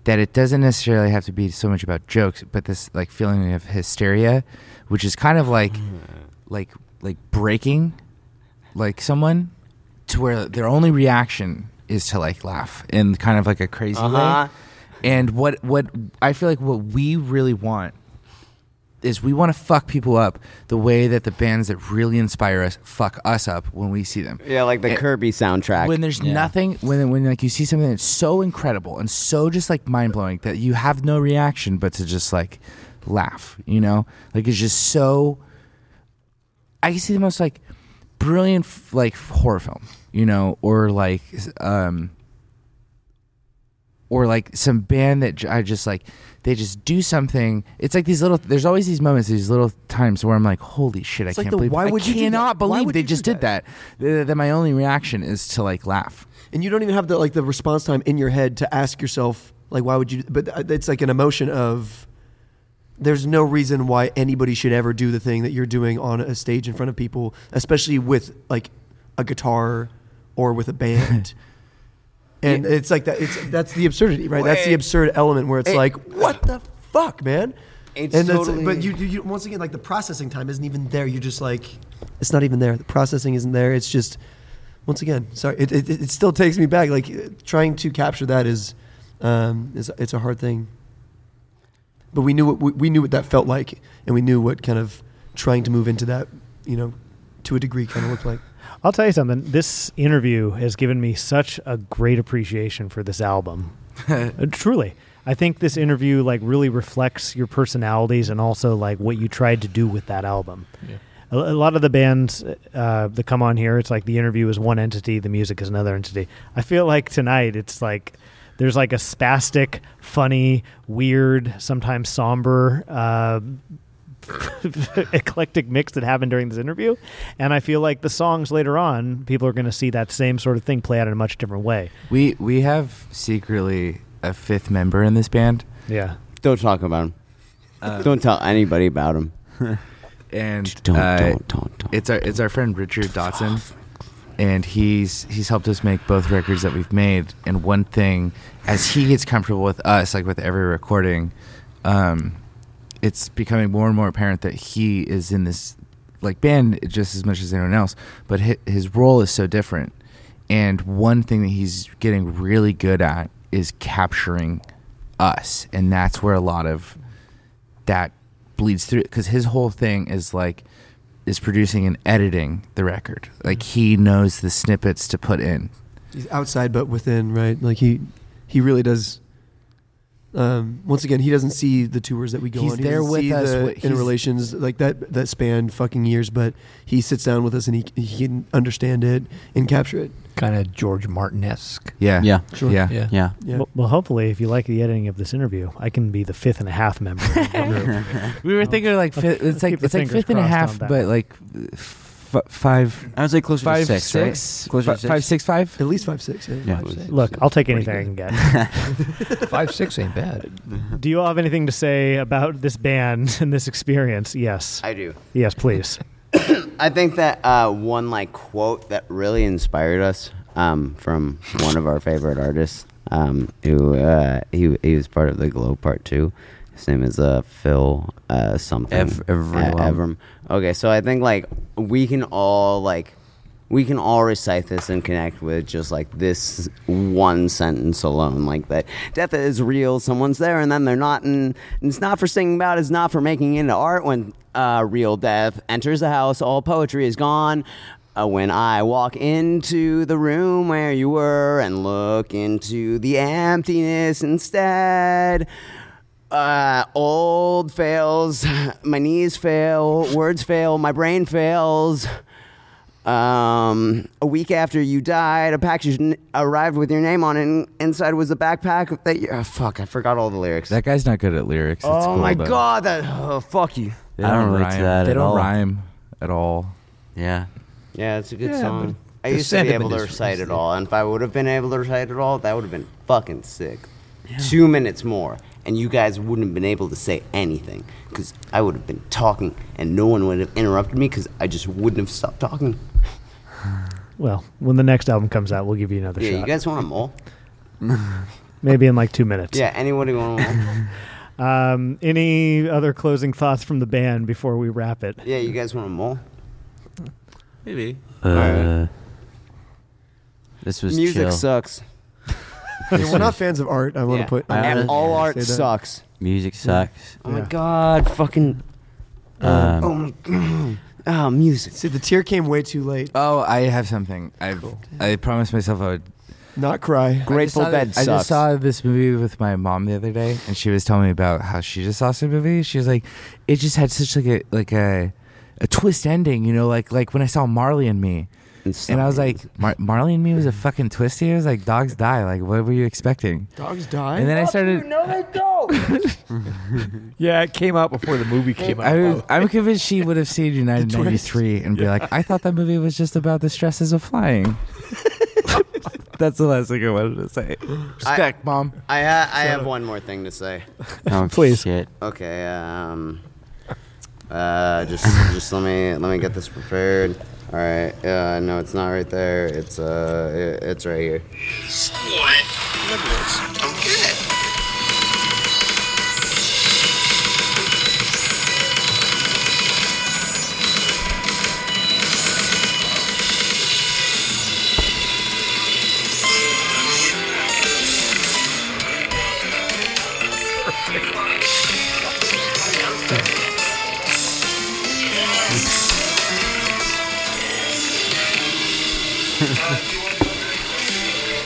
Speaker 7: that it doesn't necessarily have to be so much about jokes but this like feeling of hysteria which is kind of like like like breaking like someone to where their only reaction is to like laugh in kind of like a crazy
Speaker 1: Uh-huh.
Speaker 7: way and what what I feel like what we really want is we want to fuck people up the way that the bands that really inspire us fuck us up when we see them.
Speaker 1: Yeah, like the
Speaker 7: It-
Speaker 1: Kirby soundtrack.
Speaker 7: When there's nothing, when when like you see something that's so incredible and so just like mind blowing that you have no reaction but to just like laugh, you know, like it's just so. I can see the most like brilliant f- like horror film, you know, or like um or like some band that j- I just like they just do something. It's like these little. There's always these moments, these little times where I'm like, "Holy shit!
Speaker 3: It's
Speaker 7: I
Speaker 3: like
Speaker 7: can't
Speaker 3: the
Speaker 7: believe.
Speaker 3: why
Speaker 7: I
Speaker 3: would you do
Speaker 7: cannot
Speaker 3: that? Why
Speaker 7: believe
Speaker 3: would
Speaker 7: they
Speaker 3: you do
Speaker 7: just did that." Th- That my only reaction is to like laugh.
Speaker 3: and you don't even have the like the response time in your head to ask yourself like why would you but uh, it's like an emotion of there's no reason why anybody should ever do the thing that you're doing on a stage in front of people especially with like a guitar or with a band and it's like that it's that's the absurdity right that's the
Speaker 1: Wait.
Speaker 3: absurd element where it's
Speaker 1: It-
Speaker 3: like what the fuck man
Speaker 1: It's
Speaker 3: and that's-
Speaker 1: totally-
Speaker 3: but you, you, you once again like the processing time isn't even there you're just like it's not even there the processing isn't there it's just once again, sorry, it, it, it still takes me back. Like uh, trying to capture that is, um, is it's a hard thing. But we knew what we, we knew what that felt like, and we knew what kind of trying to move into that, you know, to a degree, kind of looked like.
Speaker 2: I'll tell you something. This interview has given me such a great appreciation for this album. Uh, Truly. I think this interview like really reflects your personalities and also like what you tried to do with that album. A, a lot of the bands uh, that come on here, it's like the interview is one entity, the music is another entity. I feel like tonight it's like there's like a spastic, funny, weird, sometimes somber uh, eclectic mix that happened during this interview. And I feel like the songs later on, people are going to see that same sort of thing play out in a much different way.
Speaker 7: We we have secretly a fifth member in this band,
Speaker 2: Yeah.
Speaker 1: Don't talk about him.
Speaker 7: Uh,
Speaker 1: don't tell anybody about him.
Speaker 7: and
Speaker 1: Don't,
Speaker 7: uh,
Speaker 1: don't, don't, don't.
Speaker 7: it's our it's our friend Richard Dotson, and he's he's helped us make both records that we've made. And one thing, as he gets comfortable with us, like with every recording, um, it's becoming more and more apparent that he is in this like band just as much as anyone else, but his, his role is so different. And one thing that he's getting really good at is capturing us, and that's where a lot of that bleeds through because his whole thing is like is producing and editing the record. Like he knows the snippets to put in.
Speaker 3: He's outside but within, right? Like he he really does. Um, once again, he doesn't see the tours that we go
Speaker 7: He's
Speaker 3: on. He
Speaker 7: there
Speaker 3: doesn't
Speaker 7: with
Speaker 3: see
Speaker 7: us.
Speaker 3: The
Speaker 7: What- he's-
Speaker 3: interrelations like that that span fucking years, but he sits down with us and he he can understand it and capture it.
Speaker 5: Kind of George Martin esque.
Speaker 7: Yeah.
Speaker 4: Yeah.
Speaker 3: Sure.
Speaker 7: Yeah.
Speaker 5: Yeah.
Speaker 4: Yeah.
Speaker 3: Yeah.
Speaker 2: Well, well, hopefully, if you like the editing of this interview, I can be the fifth and a half member. of the group.
Speaker 7: We were thinking like fi-
Speaker 2: let's
Speaker 7: it's like
Speaker 2: keep the
Speaker 7: it's like
Speaker 2: fingers
Speaker 7: fifth and a
Speaker 2: crossed
Speaker 7: half,
Speaker 2: on that.
Speaker 7: but like f- five
Speaker 4: I would say closer
Speaker 7: five
Speaker 4: to six,
Speaker 7: six
Speaker 4: right? Closer
Speaker 7: Fi-
Speaker 4: to six.
Speaker 7: five six five.
Speaker 3: At least five six. Yeah.
Speaker 4: Yeah.
Speaker 2: Look, I'll take anything I can get.
Speaker 5: Five six ain't bad.
Speaker 2: Do you all have anything to say about this band and this experience? Yes.
Speaker 1: I do.
Speaker 2: yes, please.
Speaker 1: I think that uh, one like quote that really inspired us um, from one of our favorite artists, um, who uh, he he was part of the Glow Part Two. His name is uh, Phil uh, something.
Speaker 4: Ev- Everlam.
Speaker 1: Uh, Everm. Okay, so I think like we can all like we can all recite this and connect with just like this one sentence alone, like that death is real. Someone's there, and then they're not, and it's not for singing about. It's not for making into art. When uh, real death enters the house, all poetry is gone. Uh, when I walk into the room where you were and look into the emptiness instead, uh, old fails, my knees fail, words fail, my brain fails. Um, a week after you died, a package n- arrived with your name on it, and inside was a backpack that you. Oh, fuck, I forgot all the lyrics.
Speaker 7: That guy's not good at lyrics. It's
Speaker 1: oh
Speaker 7: cool,
Speaker 1: my
Speaker 7: but
Speaker 1: god, that. Oh, fuck you.
Speaker 4: They don't, relate
Speaker 7: rhyme.
Speaker 4: to that
Speaker 7: They
Speaker 4: at
Speaker 7: don't
Speaker 4: all.
Speaker 7: rhyme at all.
Speaker 4: Yeah.
Speaker 1: Yeah, it's a good
Speaker 5: Yeah,
Speaker 1: song. I
Speaker 5: but the
Speaker 1: used to be able
Speaker 5: sentiment
Speaker 1: to
Speaker 5: is-
Speaker 1: recite
Speaker 5: is
Speaker 1: it
Speaker 5: the-
Speaker 1: all, and if I would have been able to recite it all, that would have been fucking sick. Two minutes more, and you guys wouldn't have been able to say anything because I would have been talking, and no one would have interrupted me because I just wouldn't have stopped talking.
Speaker 2: Well, when the next album comes out, we'll give you another
Speaker 1: Yeah,
Speaker 2: shot.
Speaker 1: you guys want a mole?
Speaker 2: Maybe in like two minutes.
Speaker 1: Yeah, anybody want a mole?
Speaker 2: Um, any other closing thoughts from the band before we wrap it?
Speaker 1: yeah, you guys want a mole?
Speaker 8: Maybe.
Speaker 4: Uh, this was
Speaker 1: Music
Speaker 4: chill.
Speaker 1: sucks,
Speaker 3: I mean, we're not fans of art. I want to
Speaker 1: Yeah.
Speaker 3: put.
Speaker 4: I
Speaker 1: and
Speaker 4: wanna-
Speaker 1: all
Speaker 4: yeah,
Speaker 1: art
Speaker 3: say that.
Speaker 1: sucks.
Speaker 4: Music sucks.
Speaker 1: Oh my
Speaker 2: Yeah.
Speaker 1: god, fucking.
Speaker 4: Um,
Speaker 1: Oh my god. Oh, music.
Speaker 3: See, the tear came way too late.
Speaker 7: Oh, I have something. I've I promised myself I would.
Speaker 3: Not cry.
Speaker 1: Grateful
Speaker 7: I just saw
Speaker 1: Dead
Speaker 7: this- I
Speaker 1: sucks.
Speaker 7: just saw this movie with my mom the other day, and she was telling me about how she just saw some movie. She was like, it just had such like a like a a twist ending, you know, like like when I saw Marley and Me, and I was like, Mar- Marley and Me was a fucking twist. It was like dogs die. Like what were you expecting?
Speaker 3: Dogs die.
Speaker 7: And then I started.
Speaker 5: Yeah, it came out before the movie came out.
Speaker 7: I was, I'm convinced she would have seen United
Speaker 3: The twist.
Speaker 7: 93 and be like, I thought that movie was just about the stresses of flying. That's the last thing I wanted to say. Respect, mom.
Speaker 1: I, ha- I have one more thing to say.
Speaker 4: oh,
Speaker 2: Please.
Speaker 4: Shit.
Speaker 1: Okay. Um. Uh. Just. just let me. Let me get this prepared. All right. Uh. No, it's not right there. It's. Uh. i- It's right here.
Speaker 10: Look at this. Don't get it.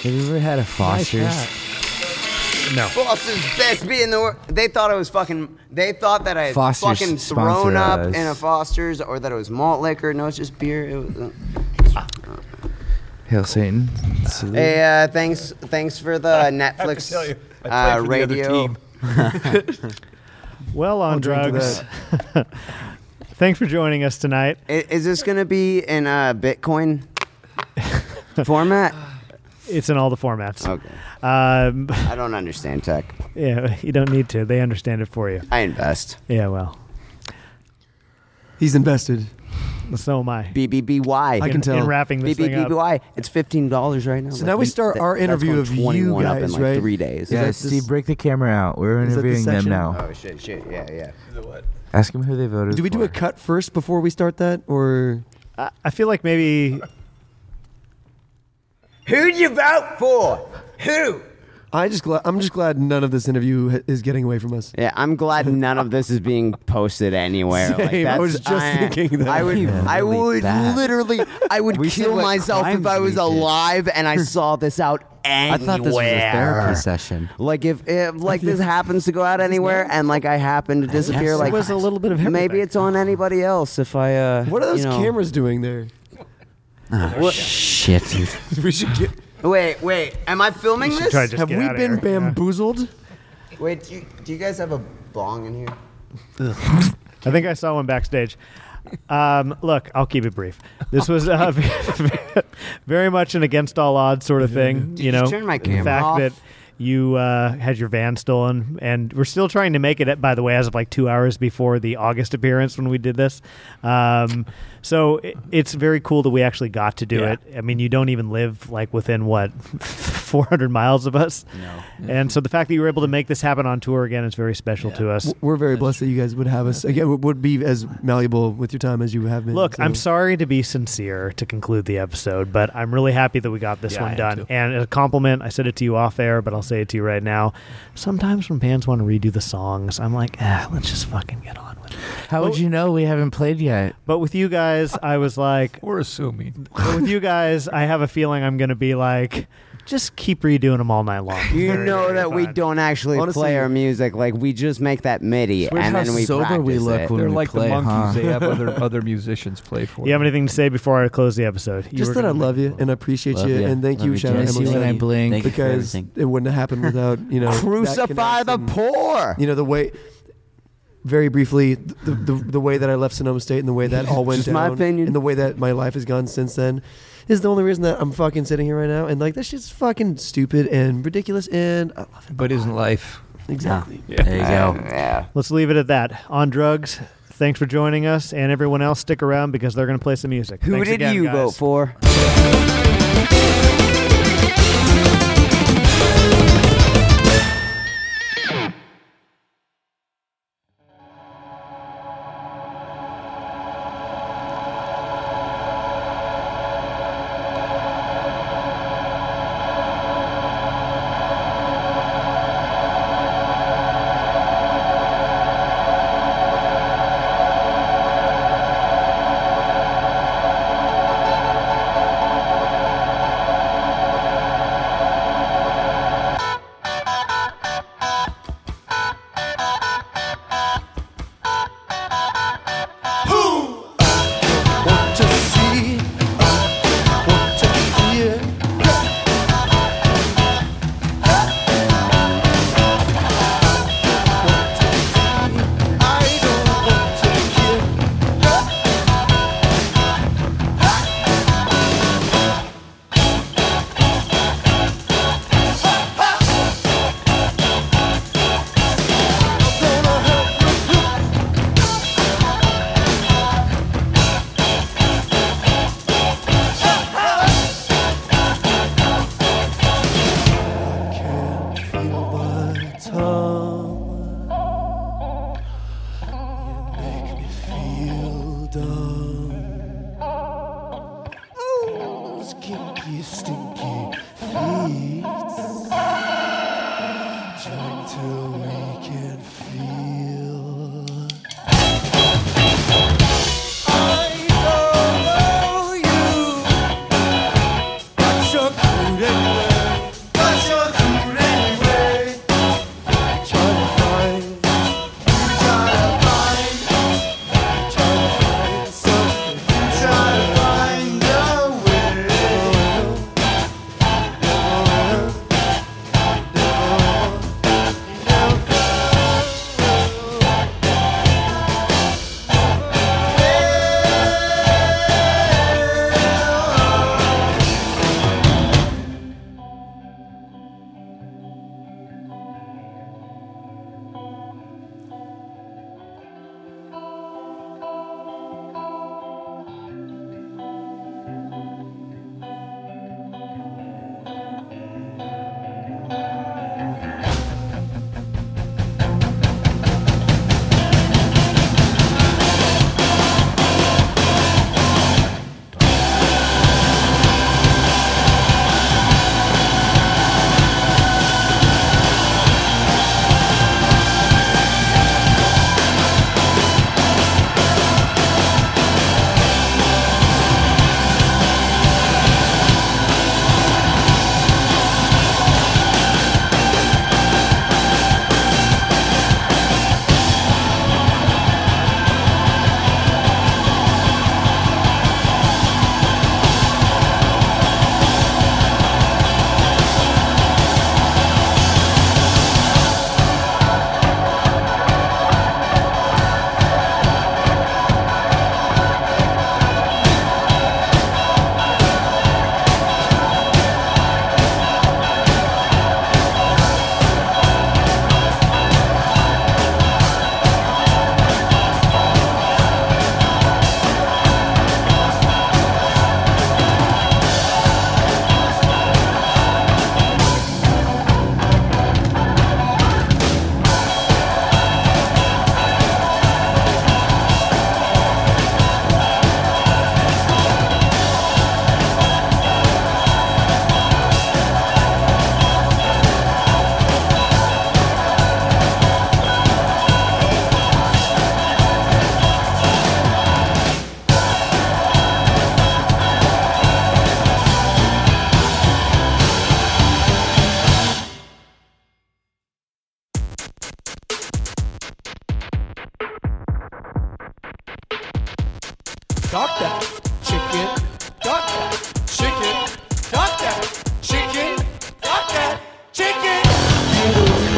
Speaker 7: Have you ever had a Foster's?
Speaker 1: Foster's best beer in the world. They thought I was fucking. They thought that I had
Speaker 7: Foster's
Speaker 1: fucking
Speaker 7: sponsor
Speaker 1: thrown up
Speaker 7: us.
Speaker 1: in a Foster's or that it was malt liquor. No, it's just beer. It was, uh,
Speaker 7: Hail Satan. Salute.
Speaker 1: Hey, uh, thanks. Thanks for the Netflix
Speaker 5: tell you, I
Speaker 1: uh,
Speaker 5: play for the other
Speaker 1: radio.
Speaker 5: team.
Speaker 2: Well, on
Speaker 3: drink to
Speaker 2: drugs. Thanks for joining us tonight.
Speaker 1: I- Is this gonna be in uh, Bitcoin format?
Speaker 2: It's in all the formats.
Speaker 1: Okay.
Speaker 2: Um,
Speaker 1: I don't understand tech.
Speaker 2: yeah, you don't need to. They understand it for you.
Speaker 1: I invest.
Speaker 2: Yeah, well,
Speaker 3: He's invested.
Speaker 2: so am I.
Speaker 1: BBBY.
Speaker 3: I
Speaker 2: in,
Speaker 3: can tell.
Speaker 2: In wrapping this thing up.
Speaker 1: BBBY. It's fifteen dollars right now.
Speaker 3: So now we start our
Speaker 1: that's
Speaker 3: interview
Speaker 1: going
Speaker 3: of you
Speaker 1: 21 up in
Speaker 3: guys,
Speaker 1: like
Speaker 3: right?
Speaker 1: three days.
Speaker 7: yeah,
Speaker 3: that
Speaker 7: Steve,
Speaker 3: this-
Speaker 7: break the camera out. We're
Speaker 3: Is that the
Speaker 7: interviewing them
Speaker 3: section?
Speaker 7: now.
Speaker 1: Oh shit, shit, yeah, yeah.
Speaker 7: Ask them who they voted.
Speaker 3: Do we do a cut first before we start that, or
Speaker 2: I I feel like maybe
Speaker 9: Who'd you vote for? Who?
Speaker 3: I just glad I'm just glad none of this interview h- is getting away from us.
Speaker 1: Yeah, I'm glad none of this is being posted anywhere. Like,
Speaker 3: Same, I
Speaker 1: that's-
Speaker 3: was just thinking that.
Speaker 1: I would,
Speaker 3: Yeah,
Speaker 1: I
Speaker 3: really
Speaker 1: would
Speaker 3: bad.
Speaker 1: literally, I would
Speaker 3: We
Speaker 1: kill
Speaker 3: did what
Speaker 1: myself if
Speaker 3: crimes
Speaker 1: I was
Speaker 3: we did.
Speaker 1: alive and I saw this out anywhere.
Speaker 4: I thought this was a therapy session.
Speaker 1: Like if, if like this happens to go out anywhere and like I happen to disappear,
Speaker 4: Yes,
Speaker 1: like
Speaker 4: it was a
Speaker 2: little bit of
Speaker 1: maybe it's on anybody else if I. uh
Speaker 3: What are those
Speaker 1: you know-
Speaker 3: cameras doing there?
Speaker 1: What-
Speaker 4: Shit, dude.
Speaker 3: we should get.
Speaker 1: Wait, wait. Am I filming this?
Speaker 3: Have we been bamboozled?
Speaker 1: Wait, do you, do you guys have a bong in here?
Speaker 2: I think I saw one backstage. Um, look, I'll keep it brief. This was uh, very much an against all odds sort of thing. you know,
Speaker 1: just turn my camera
Speaker 2: the fact
Speaker 1: off?
Speaker 2: that you uh, had your van stolen, and we're still trying to make it. By the way, as of like two hours before the August appearance when we did this, um, so it, it's very cool that we actually got to do
Speaker 5: Yeah.
Speaker 2: it. I mean, you don't even live like within what 400 miles of us, no. and so the fact that you were able to make this happen on tour again is very special to us.
Speaker 3: We're very blessed that you guys would have us again. Would be as malleable with your time as you have been.
Speaker 2: Look, I'm
Speaker 3: so-
Speaker 2: sorry to be sincere to conclude the episode, but I'm really happy that we got this
Speaker 5: Yeah, I
Speaker 2: one
Speaker 5: am
Speaker 2: done.
Speaker 5: too.
Speaker 2: And a compliment, I said it to you off air, but I'll say it to you right now. Sometimes when bands want to redo the songs, I'm like, ah, let's just fucking get on with it.
Speaker 7: How
Speaker 3: Oh.
Speaker 7: would you know we haven't played yet?
Speaker 2: But with you guys, I was like,
Speaker 5: We're assuming.
Speaker 2: but with you guys, I have a feeling I'm going to be like, just keep redoing them all night long.
Speaker 1: You
Speaker 2: Very,
Speaker 1: know
Speaker 2: very
Speaker 1: that we
Speaker 2: fun.
Speaker 1: don't actually
Speaker 2: Honestly-
Speaker 1: play our music. Like we just make that MIDI
Speaker 2: It's weird
Speaker 1: and
Speaker 2: how
Speaker 1: then we
Speaker 2: sober
Speaker 1: practice
Speaker 2: we look
Speaker 1: it.
Speaker 5: They're
Speaker 7: we
Speaker 5: like
Speaker 7: play,
Speaker 5: the monkeys.
Speaker 7: huh?
Speaker 5: They have other other musicians play for.
Speaker 2: You have anything to say before I close the episode? You
Speaker 3: Just
Speaker 2: were
Speaker 3: that I
Speaker 2: gonna-
Speaker 3: love you and I appreciate
Speaker 2: Love
Speaker 3: you
Speaker 2: ya.
Speaker 3: and thank
Speaker 2: Love
Speaker 3: you,
Speaker 2: you
Speaker 3: Shout
Speaker 2: too.
Speaker 3: out
Speaker 2: Miss you
Speaker 3: Emily,
Speaker 2: when I blink. Thank you for
Speaker 3: because
Speaker 2: everything.
Speaker 3: it wouldn't have happened without you know that
Speaker 1: Crucify the
Speaker 3: connection.
Speaker 1: poor.
Speaker 3: You know the way. Very briefly, th- the, the, the way that I left Sonoma State and the way that all went
Speaker 1: Just
Speaker 3: down,
Speaker 1: my opinion.
Speaker 3: and the way that my life has gone since then, is the only reason that I'm fucking sitting here right now. And like, this shit's fucking stupid and ridiculous, and I love it.
Speaker 5: But isn't life
Speaker 3: Exactly.
Speaker 4: There you go.
Speaker 2: Let's leave it at that. On drugs. Thanks for joining us, and everyone else, stick around because they're going to play some music.
Speaker 1: Who
Speaker 2: Thanks
Speaker 1: did
Speaker 2: again,
Speaker 1: you
Speaker 2: guys.
Speaker 1: vote for?
Speaker 5: uh, Got that chicken. Got that chicken. Got that chicken. Got that chicken.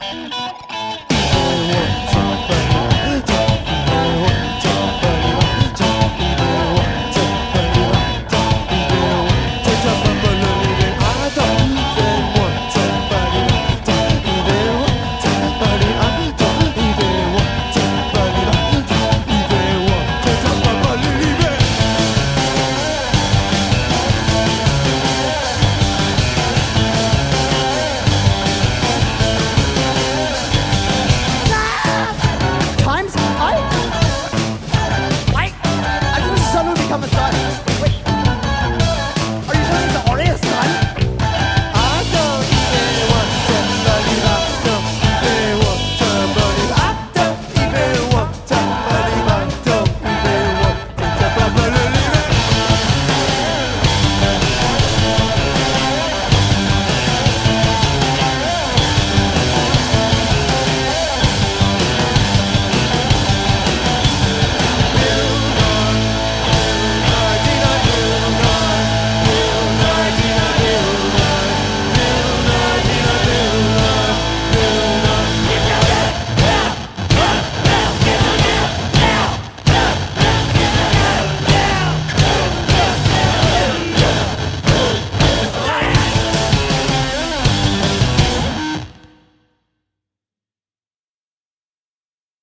Speaker 10: Bye.